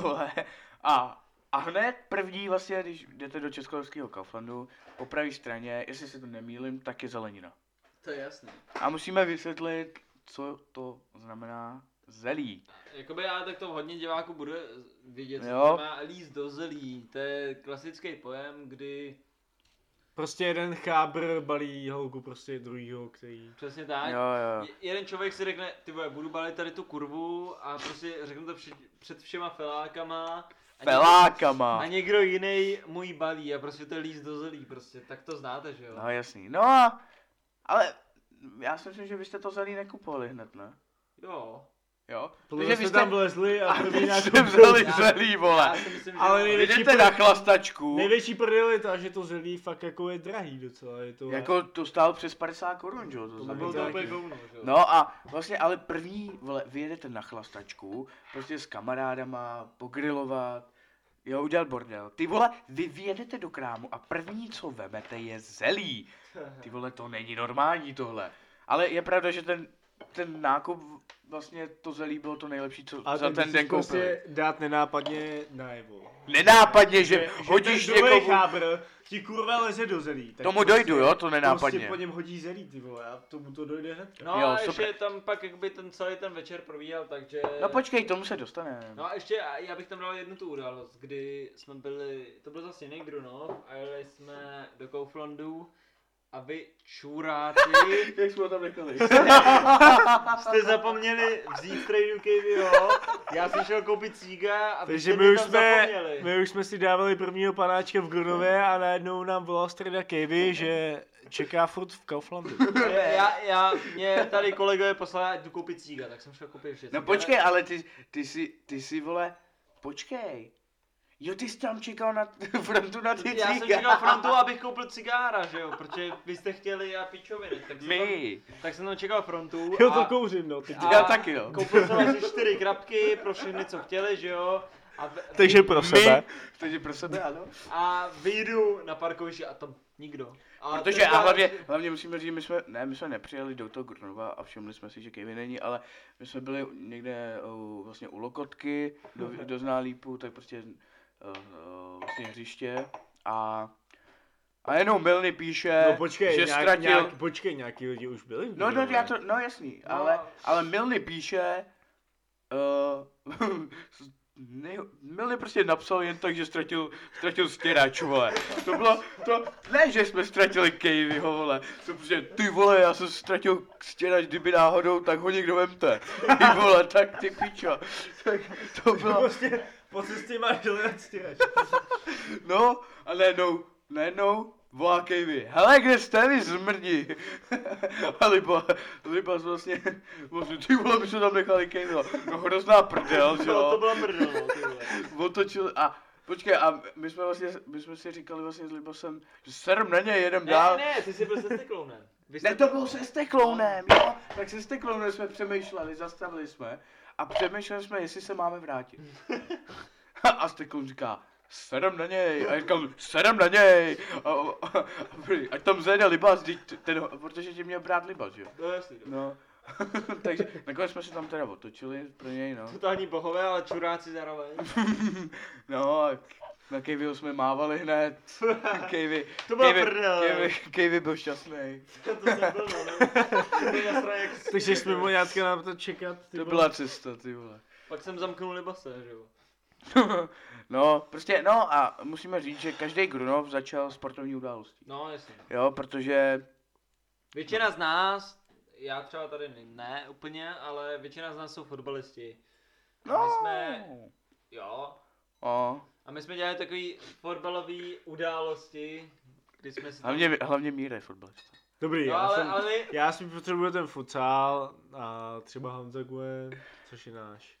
Speaker 2: Vole. a, a hned první vlastně, když jdete do Českolovského kafandu, po pravé straně, jestli se to nemýlim, tak je zelenina.
Speaker 3: To je jasný.
Speaker 2: A musíme vysvětlit, co to znamená zelí.
Speaker 3: Jakoby já tak to hodně diváků bude vidět, co
Speaker 2: Jo.
Speaker 3: to má líst do zelí. To je klasický pojem, kdy
Speaker 4: Prostě jeden chábr balí holku prostě druhýho, který...
Speaker 3: přesně
Speaker 2: Jo,
Speaker 3: tak.
Speaker 2: jo.
Speaker 3: Je- Jeden člověk si řekne, ty vole, budu balit tady tu kurvu a prostě řeknu to před, před všema felákama. A
Speaker 2: Felákama.
Speaker 3: Někdo, a někdo jiný můj balí a prostě to je líst do zelí, prostě, tak to znáte, že jo?
Speaker 2: No jasný. No a... Ale já si myslím, že vy jste to zelí nekupovali hned, ne?
Speaker 3: Jo.
Speaker 2: Jo.
Speaker 4: Protože jste tam vlezli a
Speaker 2: A
Speaker 4: první
Speaker 2: vy
Speaker 4: nákup
Speaker 2: jste vzali
Speaker 3: Já-
Speaker 2: zelí,
Speaker 3: Já
Speaker 2: vole.
Speaker 3: si myslím, že
Speaker 4: Ale
Speaker 3: jo.
Speaker 4: největší
Speaker 2: Vy jdete
Speaker 4: pr-
Speaker 2: na chlastačku.
Speaker 4: Největší prdel je ta, že to zelí fakt jako je drahý docela, je to...
Speaker 2: Jako to stálo přes 50 korun, že jo? To
Speaker 4: To
Speaker 2: za
Speaker 3: Bylo
Speaker 4: bylo
Speaker 3: to
Speaker 2: to
Speaker 4: taky.
Speaker 3: úplně
Speaker 2: taky.
Speaker 3: govno, že jo?
Speaker 2: No a vlastně ale první, vole, vy jedete na chlastačku, prostě s kamarádama, pogrilovat, jo, udělat bordel. Ty vole, vy vyjedete do krámu a první, co vemete, je zelí. Ty vole, to není normální tohle. Ale je pravda, že ten, ten nákup, vlastně to zelí bylo to nejlepší, co
Speaker 4: A
Speaker 2: za ten den koupili.
Speaker 4: prostě dát nenápadně najevo.
Speaker 2: Nenápadně, že, hodíš
Speaker 4: ten druhej
Speaker 2: někomu...
Speaker 4: chábr, ti kurva leze do zelí. Tak
Speaker 2: Tomu dojdu, jo, to nenápadně.
Speaker 4: Prostě po něm hodí zelí, ty vole, a tomu to dojde hned.
Speaker 3: No
Speaker 2: Jo,
Speaker 3: a
Speaker 2: super.
Speaker 3: ještě tam pak jakby ten celý ten večer probíhal, takže...
Speaker 2: No počkej, tomu se dostane.
Speaker 3: No a ještě a já bych tam dal jednu tu událost, kdy jsme byli, to byl zase jiný Grunov a jeli jsme do Kauflandu a vy čuráci
Speaker 2: Jak jsme ho tam nechali?
Speaker 3: jste zapomněli vzít trade KVO, já jsem šel koupit cíga a vy
Speaker 4: Takže
Speaker 3: jste
Speaker 4: my
Speaker 3: mě
Speaker 4: už,
Speaker 3: tam
Speaker 4: jsme,
Speaker 3: zapomněli.
Speaker 4: my už jsme si dávali prvního panáčka v Grunově a najednou nám volal streda Kevy, že čeká furt v Kauflandu.
Speaker 3: Já, já, mě tady kolegové poslali, ať jdu koupit cíga, tak jsem šel koupit ještě
Speaker 2: No
Speaker 3: cíga.
Speaker 2: počkej, ale ty, ty si, ty si vole, počkej. Jo, ty jsi tam čekal na frontu na ty
Speaker 3: Já jsem
Speaker 2: cíga.
Speaker 3: čekal frontu, abych koupil cigára, že jo, protože vy jste chtěli a pičoviny, tak jsem,
Speaker 2: My.
Speaker 3: tam, tak jsem tam čekal frontu
Speaker 4: Jo, to
Speaker 3: a
Speaker 4: kouřím, no. Teď.
Speaker 2: Já taky, no.
Speaker 3: koupil jsem asi čtyři krabky pro všechny, co chtěli, že jo, a, v,
Speaker 4: Takže pro sebe.
Speaker 2: My. Takže pro sebe, ano.
Speaker 3: a vyjdu na parkoviště a tam nikdo. A
Speaker 2: Protože
Speaker 3: ten
Speaker 2: a hlavně, hlavně musíme říct, my jsme, ne, my jsme nepřijeli do toho Grunova a všimli jsme si, že Kevin není, ale my jsme byli někde uh, vlastně u Lokotky, do,
Speaker 3: Mhm.
Speaker 2: do Ználípu, tak prostě uh, uh, vlastně hřiště a a jenom Milny píše,
Speaker 4: No počkej,
Speaker 2: eh, že
Speaker 4: nějak,
Speaker 2: ztratil...
Speaker 4: nějak, počkej, nějaký lidi už byli v
Speaker 2: No, no,
Speaker 4: Grunově.
Speaker 2: já to, no jasný,
Speaker 3: No.
Speaker 2: ale, ale Milny píše, uh, ne, Milny prostě napsal jen tak, že ztratil, ztratil stěrač, vole. To bylo, to, ne, že jsme ztratili Kejvyho, vole, to prostě, ty vole, já jsem ztratil stěrač, kdyby náhodou, tak ho někdo vemte. Ty vole, tak ty pičo. Tak to bylo,
Speaker 4: Prostě po cestě máš hledat stěrač.
Speaker 2: no, a najednou, najednou, volá Kejvy, hele, kde jste vy zmrdí? a Liba, Liba vlastně, vlastně, ty vole, my jsme tam nechali Kejvy, no hrozná prdel, že
Speaker 3: to
Speaker 2: jo,
Speaker 3: byla mrdlo, no, ty vole.
Speaker 2: otočil a Počkej, a my jsme vlastně, my jsme si říkali vlastně s Libasem, že serem na něj, jedem
Speaker 3: Ne,
Speaker 2: dál.
Speaker 3: ne, ty jsi byl se klounem. vy
Speaker 2: Ne, to bylo se steklounem, jo? Tak se steklounem jsme přemýšleli, zastavili jsme a přemýšleli jsme, jestli se máme vrátit. a stekloun říká, sedem na něj, a já říkám, sedem na něj, a, a, a, ať tam zajede Libas, vždyť t- ten, protože tě měl brát Libas, jo?
Speaker 3: No jasný, no.
Speaker 2: No, takže nakonec jsme se tam teda otočili pro něj, no.
Speaker 3: Totální bohové, ale čuráci zároveň.
Speaker 2: No, a k- na Kejvyho jsme mávali hned. Kejvy,
Speaker 3: To byla
Speaker 2: Kejvy-
Speaker 3: prdel.
Speaker 2: Kejvy, Kejvy byl šťastný.
Speaker 3: to jsem byl, no. To byl na straně, jak
Speaker 4: Takže jsme mohli jatka na to čekat. ty
Speaker 2: To
Speaker 4: vole.
Speaker 2: byla cesta, ty vole.
Speaker 3: Pak jsem zamknul libase, že jo.
Speaker 2: no, prostě, no a musíme říct, že každý Grunov začal sportovní událostí.
Speaker 3: No jasně.
Speaker 2: Jo, protože
Speaker 3: Většina z nás, já třeba tady ne, ne úplně, ale většina z nás jsou fotbalisti. A my jsme, jo,
Speaker 2: No,
Speaker 3: a my jsme dělali takový fotbalový události, kdy jsme si tam...
Speaker 2: hlavně, hlavně Míra je fotbalista.
Speaker 4: Dobrý,
Speaker 3: No
Speaker 4: já,
Speaker 3: ale,
Speaker 4: jsem,
Speaker 3: ale my,
Speaker 4: já si potřebuju ten futsal a třeba Hamza Gue, což je náš.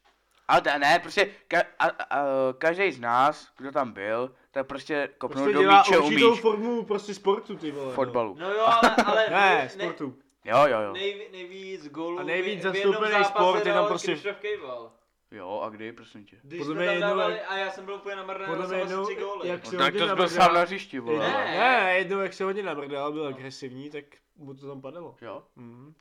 Speaker 2: Ale ta, ne, prostě ka- a, a, každý z nás, kdo tam byl, tak prostě kopnul
Speaker 4: Prostě
Speaker 2: do
Speaker 4: dělá
Speaker 2: míče
Speaker 4: určitou
Speaker 2: umíš
Speaker 4: formu prostě sportu, ty vole. no.
Speaker 2: fotbalu.
Speaker 3: no jo, ale, ale
Speaker 4: Ne, sportu.
Speaker 2: Jo, jo, jo.
Speaker 3: nej, nejvíc gólů
Speaker 4: A nejvíc
Speaker 3: v- v jednom
Speaker 4: zastoupený
Speaker 3: zápase
Speaker 4: sport je tam
Speaker 3: dal
Speaker 4: prostě-
Speaker 3: Krištof Kejval.
Speaker 2: Jo, a kdy, prosím tě?
Speaker 3: Když
Speaker 4: Podle
Speaker 3: podle
Speaker 4: mě
Speaker 3: jsme tam
Speaker 4: jednou,
Speaker 3: dávali,
Speaker 4: jak-
Speaker 3: a já jsem byl úplně namrdaný,
Speaker 4: podle
Speaker 3: dal
Speaker 4: mě
Speaker 3: jsem asi
Speaker 4: jednou,
Speaker 3: tři góly.
Speaker 4: jak se
Speaker 2: No, tak
Speaker 4: hodně
Speaker 2: to byl
Speaker 4: nabrdal-
Speaker 2: sám na hřišti, vole.
Speaker 4: Jednou,
Speaker 3: Ne.
Speaker 4: ne, jednou jak se hodně nabrdal, byl agresivní, tak mu to tam padalo.
Speaker 2: Jo.
Speaker 4: Mhm.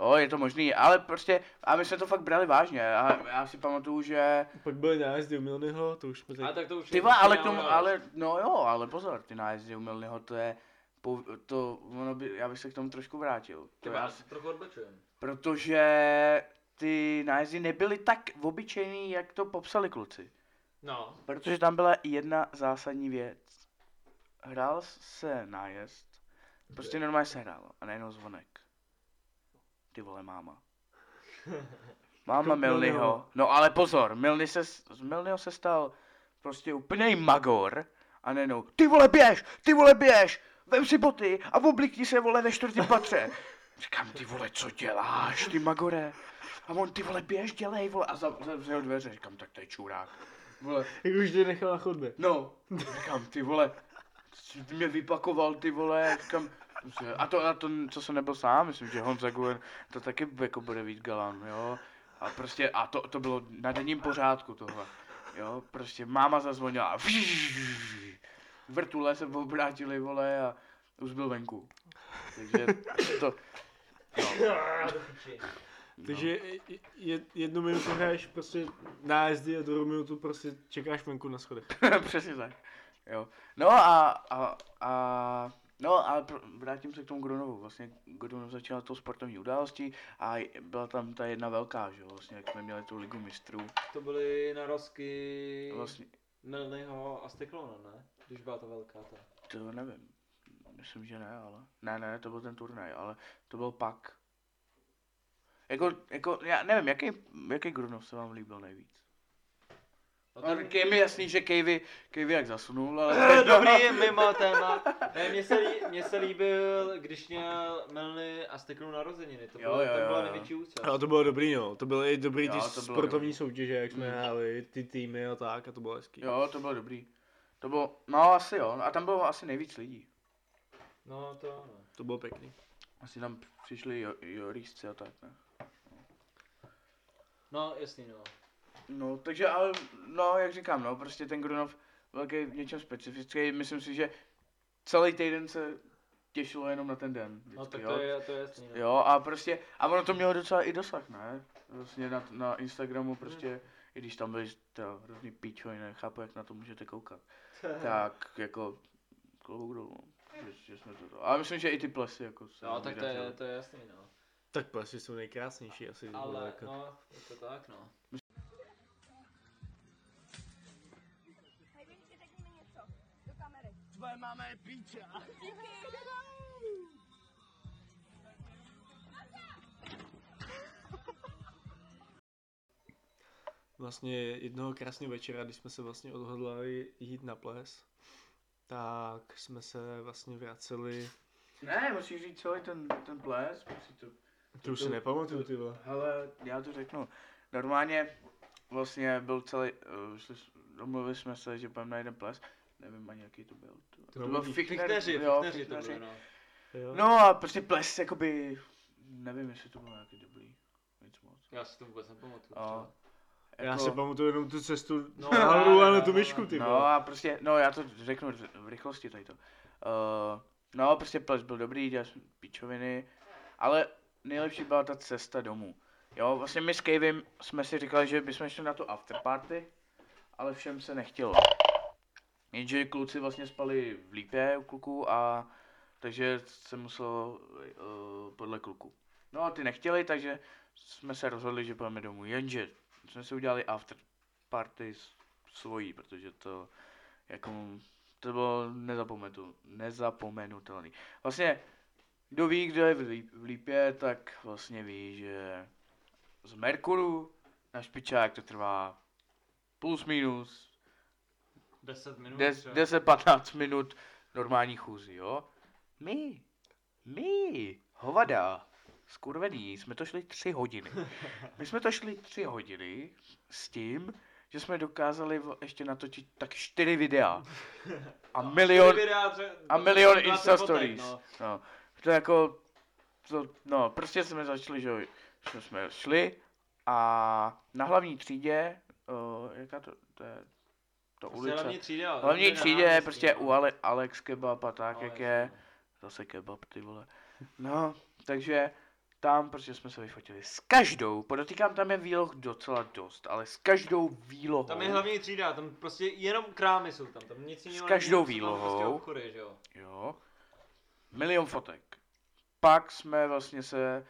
Speaker 2: Jo, je to možný, ale prostě, a my jsme to fakt brali vážně, a já si pamatuju, že,
Speaker 4: Pak byly nájezdy u Milnyho, to už jsme
Speaker 3: A
Speaker 4: teď...
Speaker 3: tak to už
Speaker 2: ty
Speaker 3: je-
Speaker 2: vole, ale
Speaker 3: já-
Speaker 2: k tomu,
Speaker 3: já-
Speaker 2: ale, no jo, ale pozor, ty nájezdy umilného, to je, po- to, ono by, já bych se k tomu trošku vrátil,
Speaker 3: Ty
Speaker 2: to
Speaker 3: vole, já
Speaker 2: já,
Speaker 3: se trochu odbočujem.
Speaker 2: protože ty nájezdy nebyly tak obyčejný, jak to popsali kluci,
Speaker 3: No,
Speaker 2: protože tam byla jedna zásadní věc, hrál se nájezd, prostě normálně se hrálo, a najednou zvonek, ty vole máma. Máma
Speaker 4: Jako
Speaker 2: Milnyho.
Speaker 4: Milnyho.
Speaker 2: No ale pozor, Milny se, z Milnyho se stal prostě úplný magor a nenou, ty vole běž, ty vole běž, vem si boty a oblikni se vole ve čtvrtém patře. Říkám, ty vole, co děláš, ty magore? A on, ty vole, běž, dělej, vole, a zavřel za, zavřel dveře, říkám, tak to je čurák. Vole,
Speaker 4: Jak už tě nechal na chodbě.
Speaker 2: No, říkám, ty vole, jsi mě vypakoval, ty vole, říkám, že- a to, a to, co jsem nebyl sám, myslím, že Honza Guen to taky jako bude víc galán, jo. A prostě, a to, to bylo na denním pořádku tohle, jo, prostě máma zazvonila, vrtule se obrátili, vole, a už byl venku. Takže to,
Speaker 3: Ah, do piči.
Speaker 2: No.
Speaker 4: Takže je- je, jednu minutu hraješ prostě nájezdy a druhou minutu prostě čekáš venku na schodech.
Speaker 2: Přesně tak. Jo. No a, a, a No a pr- vrátím se k tomu Gronovu. Vlastně Gronov začal tou sportovní událostí a j- byla tam ta jedna velká, že jo, vlastně, jak jsme měli tu ligu mistrů.
Speaker 3: To byly narozky
Speaker 2: Vlastně,
Speaker 3: Milnyho a Steklona, ne? Když byla ta velká ta.
Speaker 2: to nevím. Myslím, že ne, ale. Ne, ne, to byl ten turnaj, ale to byl pak. Jako, jako, já nevím, jaký, jaký Grunov se vám líbil nejvíc?
Speaker 3: No
Speaker 2: No,
Speaker 3: to-
Speaker 2: je mi jasný, že Kejvy, Kejvy jak zasunul, ale...
Speaker 3: Eh,
Speaker 2: no.
Speaker 3: Dobrý, mimo téma. Ne, Mně se, lí, mně se líbil, když měl Melny a Steklu narozeniny. To,
Speaker 2: Jo,
Speaker 3: bylo,
Speaker 2: jo,
Speaker 3: to
Speaker 2: jo,
Speaker 3: byla
Speaker 2: jo.
Speaker 3: největší účast.
Speaker 4: A to bylo dobrý, no. To byly i dobrý
Speaker 2: Jo,
Speaker 4: ty
Speaker 2: to bylo
Speaker 4: sportovní
Speaker 2: dobrý.
Speaker 4: soutěže, jak jsme
Speaker 2: Mm.
Speaker 4: hráli, ty týmy a tak, a to bylo hezký.
Speaker 2: Jo, to bylo dobrý. To bylo, no asi jo, a tam bylo asi nejvíc lidí.
Speaker 3: No to ano.
Speaker 4: To bylo pěkný.
Speaker 2: Asi tam přišli jo- jorisci a tak, ne?
Speaker 3: No jasný no.
Speaker 2: No, takže ale, no, jak říkám, no, prostě ten Grunov velký v něčem specifický, myslím si, že celý týden se těšilo jenom na ten den. Vždycky,
Speaker 3: No tak
Speaker 2: jo?
Speaker 3: to je, to je jasný no.
Speaker 2: Jo, a prostě, a ono to mělo docela i dosah, ne? Vlastně na, na Instagramu prostě, i když tam byly to hrozný píčoj, nechápu, jak na to můžete koukat. tak, jako, klobouk dolů, no, že, že jsme to, ale myslím, že i ty plesy, jako se
Speaker 3: No
Speaker 2: nám
Speaker 3: tak to
Speaker 2: vydařily.
Speaker 3: je, to je jasný no.
Speaker 4: Tak plesy jsou nejkrásnější asi.
Speaker 3: Ale
Speaker 4: jako.
Speaker 3: no, je to tak no.
Speaker 4: Vlastně jednoho krásného večera, když jsme se vlastně odhodlali jít na ples, tak jsme se vlastně vraceli.
Speaker 2: Ne, musíš říct celý ten, ten ples, musí to
Speaker 4: To už si nepamatuju, ty vole.
Speaker 2: Hele, já to řeknu. Normálně vlastně byl celý, uh, šli, s- domluvili jsme se, že půjdeme na jeden ples. Nevím ani jaký to byl. To, to byl
Speaker 4: byl
Speaker 2: Fichtner,
Speaker 3: Fichtneři,
Speaker 2: jo,
Speaker 3: fichtneři to
Speaker 2: Fichtneři.
Speaker 3: bylo no.
Speaker 4: Jo.
Speaker 2: No a prostě ples, jakoby, nevím, jestli to bylo nějaký dobrý, nic moc.
Speaker 3: Já si to vůbec nepamatuju.
Speaker 2: A,
Speaker 3: třeba.
Speaker 4: Já si pamatuju jenom tu cestu
Speaker 3: No, no,
Speaker 4: no, nahoru a na
Speaker 3: no,
Speaker 4: tu
Speaker 3: no,
Speaker 4: myšku,
Speaker 3: no.
Speaker 4: ty
Speaker 2: No
Speaker 4: vole.
Speaker 2: a prostě, no já to řeknu v rychlosti tady to. Uh, no prostě ples byl dobrý, dělal jsem pičoviny, ale nejlepší byla ta cesta domů. Jo, vlastně my s Kevim jsme si říkali, že bychom šli na tu afterparty, ale všem se nechtělo. Jenže kluci vlastně spali v lípě u kluků a takže se muselo uh, podle kluku. No a ty nechtěli, takže jsme se rozhodli, že půjdeme domů. Jenže jsme si udělali afterparty s svojí, protože to jako to bylo nezapomenutu, nezapomenutelný. Vlastně, kdo ví, kdo je v Lí- v Lípě, tak vlastně ví, že z Merkuru na špičák to trvá plus minus
Speaker 3: 10 minut.
Speaker 2: des-
Speaker 3: třeba.
Speaker 2: 10-15 minut normální chůzi, jo? My, my, hovada, skurvený, jsme to šli 3 hodiny. My jsme to šli 3 hodiny s tím, že jsme dokázali v- ještě natočit tak 4 videa. A milion,
Speaker 3: No, Čtyři videa, tře-
Speaker 2: a milion
Speaker 3: 20
Speaker 2: Insta
Speaker 3: fotek,
Speaker 2: stories.
Speaker 3: no.
Speaker 2: No. To jako, to, no, prostě jsme začali, že jo, že jsme šli a na hlavní třídě, uh, jaká to, to je, to
Speaker 3: Prostě
Speaker 2: ulice.
Speaker 3: hlavní třídě, ale
Speaker 2: Hlavní
Speaker 3: někde na
Speaker 2: třídě je
Speaker 3: náměstí,
Speaker 2: prostě
Speaker 3: no.
Speaker 2: u Ale, Alex Kebab a tak,
Speaker 3: Ale
Speaker 2: jak
Speaker 3: jasně,
Speaker 2: je.
Speaker 3: no.
Speaker 2: Zase kebab, ty vole. No, takže tam prostě jsme se vyfotili. S každou, podotýkám, tam je výloh docela dost, ale s každou výlohou.
Speaker 3: Tam je hlavní třída, tam prostě jenom krámy jsou tam, tam nic jiného. není,
Speaker 2: každou
Speaker 3: jsou tam Prostě
Speaker 2: výlohou.
Speaker 3: obchody, že jo.
Speaker 2: Jo. Milion fotek. Pak jsme vlastně se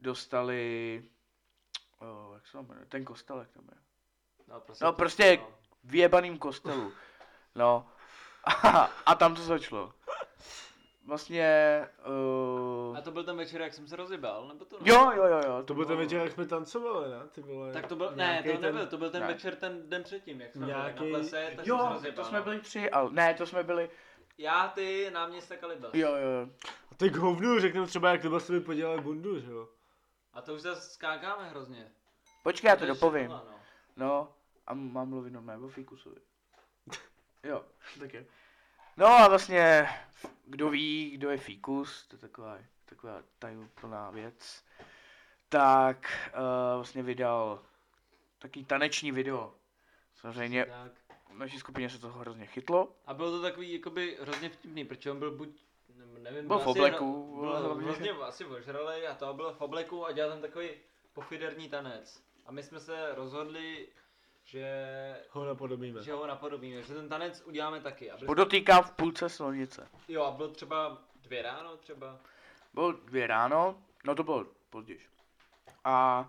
Speaker 2: dostali... Oh, jak se to jmenuje? Ten kostelek tam je.
Speaker 3: No prostě.
Speaker 2: No, prostě- V jebaným kostelu. No. A, a tam to začalo. Vlastně... Uh...
Speaker 3: no. A to byl ten večer, jak jsem se rozjebal, nebo to? ne?
Speaker 2: Jo, jo, jo, jo. no.
Speaker 4: To byl ten večer, jak jsme tancovali, ne? Ty vole.
Speaker 3: Tak to byl, ne,
Speaker 4: Nějakej
Speaker 3: to nebyl, to byl ten
Speaker 2: ne.
Speaker 3: večer ten den předtím, jak jsme
Speaker 4: Nějaký-
Speaker 3: byli na plese, tak jsem se
Speaker 2: Jo,
Speaker 3: rozjebal.
Speaker 2: to jsme
Speaker 3: no.
Speaker 2: byli tři, ale ne, to jsme byli,
Speaker 3: Já, ty, náměstek a Libel.
Speaker 2: jo, jo, jo.
Speaker 4: A ty k hovnu, řekneme třeba, jak to by podělali bundu, že jo?
Speaker 3: A to už zase skákáme hrozně.
Speaker 2: Počkej, já to
Speaker 3: je
Speaker 2: dopovím.
Speaker 3: škoda, no.
Speaker 2: No, a mám mluvit normálně o fikusovi. Jo, tak je. No a vlastně, kdo ví, kdo je fikus, to je taková, taková tajuplná věc, tak uh, vlastně vydal taký taneční video. Samozřejmě
Speaker 3: Tak.
Speaker 2: v naší skupině se to hrozně chytlo.
Speaker 3: A bylo to takový jakoby hrozně vtipný, protože on byl buď, nebo nevím,
Speaker 2: Byl v
Speaker 3: asi
Speaker 2: obleku,
Speaker 3: hro-
Speaker 2: ale
Speaker 3: Byl
Speaker 2: hlavně-
Speaker 3: hrozně asi ožralej a to a byl v obleku a dělal tam takový pofiderní tanec. A my jsme se rozhodli, že,
Speaker 4: Ho napodobíme.
Speaker 3: že ho napodobíme, že ten tanec uděláme taky. A byli,
Speaker 2: Podotýkám v půlce silnice.
Speaker 3: jo, a bylo třeba dvě ráno třeba.
Speaker 2: Bylo dvě ráno, no to bylo později. A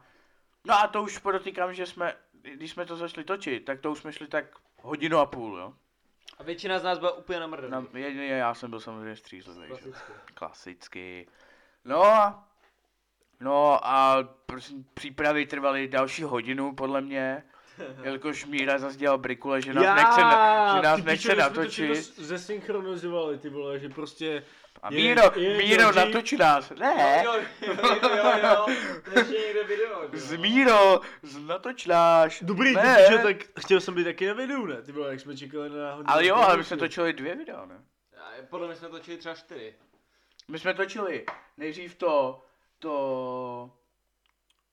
Speaker 2: no a to už podotýkám, že jsme, když jsme to začali točit, tak to už jsme šli tak hodinu a půl, jo.
Speaker 3: A většina z nás byla úplně namrdaná.
Speaker 2: Na, jedině já jsem byl samozřejmě střízlivý, že? jo.
Speaker 3: Klasicky.
Speaker 2: klasicky. No a, no a prosím, přípravy trvaly další hodinu, podle mě. Jelikož Míra zase dělal brikule, že nás nechce, na, že nás
Speaker 4: ty
Speaker 2: nechce
Speaker 4: pičo, my jsme to všechno
Speaker 2: natočit.
Speaker 4: s- Zesynchronizovali ty vole, že prostě
Speaker 2: A
Speaker 4: je-
Speaker 2: Míro,
Speaker 4: je No,
Speaker 2: Míro,
Speaker 4: dobrý.
Speaker 2: natoč nás. Ne,
Speaker 3: Jo, jo, jo, jo, jo, to ještě někde video. že jo.
Speaker 2: z Míro, z- natoč nás.
Speaker 4: Dobrý, ty
Speaker 2: ne.
Speaker 4: pičo, tak chtěl jsem být taky na videu, ne? Ty vole, jak jsme čekali na hodinu.
Speaker 2: Ale jo, ale my jsme
Speaker 4: jsme
Speaker 2: točili dvě videa, ne?
Speaker 3: A Podle mě jsme točili třeba čtyři.
Speaker 2: My jsme točili nejdřív to, to,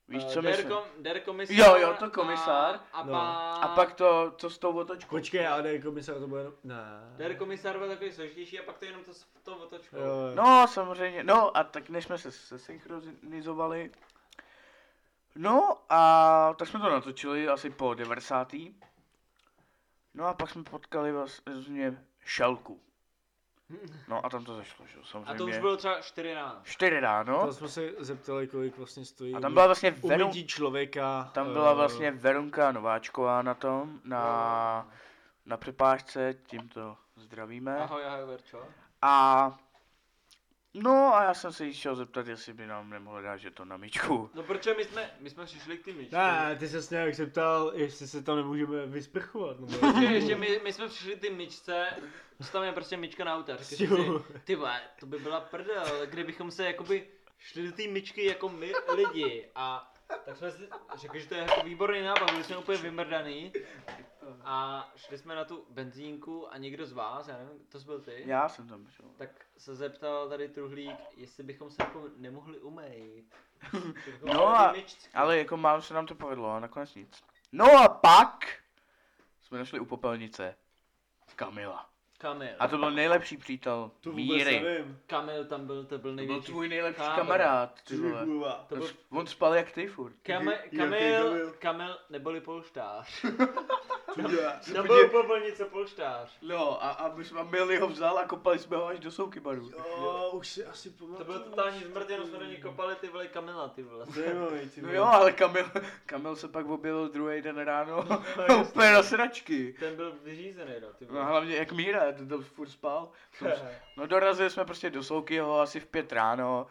Speaker 2: víš
Speaker 3: Eh,
Speaker 2: co
Speaker 3: Der
Speaker 2: myslím?
Speaker 3: kom- Der komisár.
Speaker 2: Jo, jo, to komisár.
Speaker 3: A, a,
Speaker 4: No.
Speaker 3: pa-
Speaker 2: A pak to, co s tou otočkou.
Speaker 4: Počkej, ale ne, komisar to bude jenom... Ne.
Speaker 3: Der komisár byl takový složitější a pak to jenom to s tou otočkou.
Speaker 4: Jo, jo.
Speaker 2: No, samozřejmě. No a tak než jsme se sesynchronizovali. No a tak jsme to natočili asi po 90. No a pak jsme potkali vlastně Šelku. No a tam to zašlo, že jo, samozřejmě.
Speaker 3: Hm. A to už bylo třeba 4 ráno.
Speaker 2: Čtyři ráno.
Speaker 4: Tam jsme se zeptali, kolik vlastně stojí
Speaker 2: no. A tam byla vlastně Verun,
Speaker 4: umytí člověka.
Speaker 2: tam
Speaker 4: eh,
Speaker 2: byla vlastně Verunka Nováčková na tom, na, na přepážce, tímto zdravíme.
Speaker 3: Ahoj, ahoj, Verčo.
Speaker 2: A No a já jsem se jí šel zeptat, jestli by nám nemohli dát, že to na myčku.
Speaker 3: No proč my jsme, my jsme přišli k ty myčce.
Speaker 4: Ne, ty se nějak zeptal, jestli se tam nemůžeme vysprchovat. Nebo...
Speaker 3: Že Ještě my, my jsme přišli k ty myčce, co tam je prostě myčka na auta. Říkali jsme
Speaker 4: Jo.
Speaker 3: si, Ty vole, to by byla prdel, kdybychom se jakoby šli do té myčky jako my lidi a tak jsme si řekli, že to je jako výborný nápad, byli jsme úplně vymrdaný. A šli jsme na tu benzínku a někdo z vás, já nevím, to jsi byl ty,
Speaker 2: Já jsem tam přišel.
Speaker 3: tak se zeptal tady truhlík, jestli bychom se jako nemohli umýt. Jako
Speaker 2: No
Speaker 3: ale ty
Speaker 2: a-
Speaker 3: myčci.
Speaker 2: Ale jako málo se nám to povedlo a nakonec nic. No a pak jsme našli u popelnice Kamila.
Speaker 3: Kamil.
Speaker 2: A to byl nejlepší přítel
Speaker 4: To vůbec
Speaker 2: Míry.
Speaker 4: nevím.
Speaker 3: Kamil tam byl, to byl
Speaker 2: To byl
Speaker 3: největší.
Speaker 2: tvůj nejlepší
Speaker 3: kámen.
Speaker 2: kamarád, ty
Speaker 4: Ty
Speaker 2: vole.
Speaker 4: kurva.
Speaker 3: To byl
Speaker 2: On spal jak ty furt.
Speaker 3: Kame,
Speaker 4: Jaký
Speaker 3: Kamil,
Speaker 4: Kamil?
Speaker 3: Kamil neboli polštář.
Speaker 4: Co děláš?
Speaker 3: To byl popelnice polštář.
Speaker 2: No a, a my jsme Mili ho vzal a kopali jsme ho až do souky baru.
Speaker 4: Jo, už si asi pamatuju.
Speaker 3: To byl totální zmrt, jenom jsme do něj kopali ty vole Kamila, ty vole.
Speaker 4: Zajímavý, ty
Speaker 2: No
Speaker 4: vole.
Speaker 2: jo, ale Kamil, Kamil se pak objevil druhý den ráno
Speaker 3: No, jasně.
Speaker 2: úplně na sračky.
Speaker 3: Ten byl vyřízený, no, ty
Speaker 2: No a
Speaker 3: vole.
Speaker 2: hlavně jak Míra, to tam furt spal. No dorazili jsme prostě do Soukyho asi v pět ráno.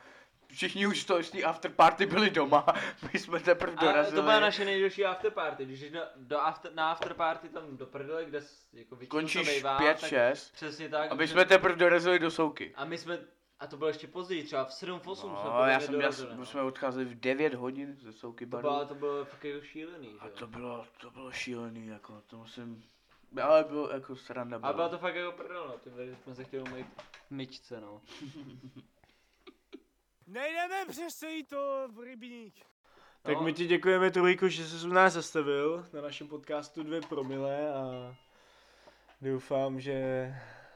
Speaker 2: Všichni už to, z té afterparty byli doma, my jsme teprve
Speaker 3: A
Speaker 2: dorazili.
Speaker 3: to byla naše nejdelší afterparty, když jdeš do, do after, na afterparty tam do prdele, kde s- jako většinou to
Speaker 2: Končíš
Speaker 3: bývá,
Speaker 2: pět,
Speaker 3: tak-
Speaker 2: šest.
Speaker 3: Přesně tak.
Speaker 2: A my
Speaker 3: že-
Speaker 2: jsme teprve dorazili do Souky.
Speaker 3: a my jsme, a to bylo ještě později, třeba v 7, v 8 jsme
Speaker 2: No,
Speaker 3: podle
Speaker 2: já
Speaker 3: mě
Speaker 2: jsem, já,
Speaker 3: dorazili,
Speaker 2: jsme-
Speaker 3: no.
Speaker 2: my jsme odcházeli v 9 hodin ze Souky
Speaker 3: To
Speaker 2: baru.
Speaker 3: bylo, to bylo fakt jako šílený,
Speaker 2: A
Speaker 3: že?
Speaker 2: to bylo, to bylo šílený, jako, to musím, ale bylo jako sranda
Speaker 3: A
Speaker 2: byla.
Speaker 3: bylo to fakt jako prdel, no, ty vole, že jsme se chtěli umýt v myčce, no.
Speaker 1: Nejdeme přes celý to v rybník.
Speaker 4: Tak
Speaker 2: No.
Speaker 4: my ti děkujeme, Trojku, že jsi u nás zastavil na našem podcastu dvě promile a doufám, že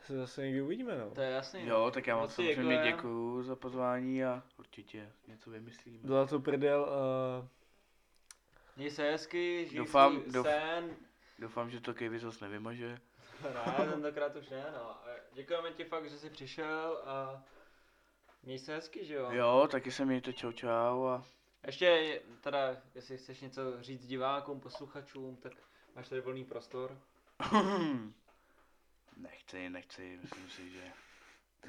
Speaker 4: se zase někdy uvidíme, no.
Speaker 3: To je jasný.
Speaker 2: Jo, tak já vám
Speaker 3: Moc ti
Speaker 2: samozřejmě
Speaker 3: děkujem.
Speaker 2: děkuju za pozvání a určitě něco vymyslíme.
Speaker 4: Byla to prdel eh, a
Speaker 3: Měj se hezky, žij
Speaker 2: Doufám-
Speaker 3: svůj
Speaker 2: douf-
Speaker 3: sen.
Speaker 2: Doufám, že to Kevy zase nevymaže.
Speaker 3: Ne, tentokrát už ne, no. E, Děkujeme ti fakt, že jsi přišel a měj se hezky, že jo?
Speaker 2: Jo, taky se mějte čau čau a
Speaker 3: Ještě, je- teda, jestli chceš něco říct divákům, posluchačům, tak máš tady volný prostor.
Speaker 2: nechci, nechci, myslím si, že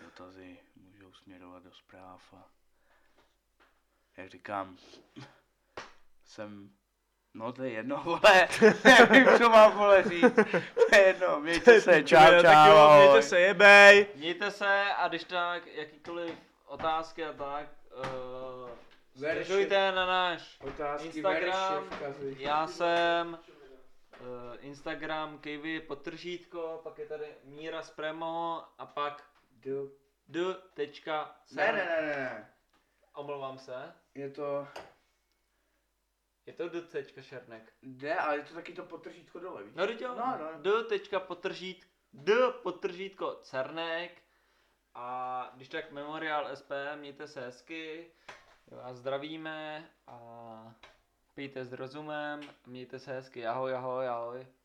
Speaker 2: dotazy můžou směrovat do zpráv a jak říkám, jsem, no to je jedno, vole, nevím, co mám, vole, říct, to je jedno, mějte se, čau,
Speaker 4: Tak
Speaker 2: čau,
Speaker 4: jo,
Speaker 2: ahoj.
Speaker 4: mějte se, jebej!
Speaker 3: Mějte se a když tak, jakýkoliv otázky a tak, uh,
Speaker 5: Verše.
Speaker 3: směřujte na náš
Speaker 5: Otázky,
Speaker 3: Instagram.
Speaker 5: verše, vzkazy.
Speaker 3: Já jsem eh, Instagram Kejvy potržítko, pak je tady Míra z Premo a pak
Speaker 2: Du- Ne, ne,
Speaker 3: d.ser.
Speaker 2: ne, ne, ne,
Speaker 3: Omlouvám se.
Speaker 2: je to,
Speaker 3: Je to d.tečka šernek.
Speaker 2: jde, ale je to taky to potržítko dole, víš?
Speaker 3: No teď jo.
Speaker 2: No, no.
Speaker 3: D.tečka potržít, d potržítko cernek. A když tak Memorial SP, mějte se hezky. My vás zdravíme a pijte s rozumem. Mějte se hezky. Ahoj, ahoj, ahoj.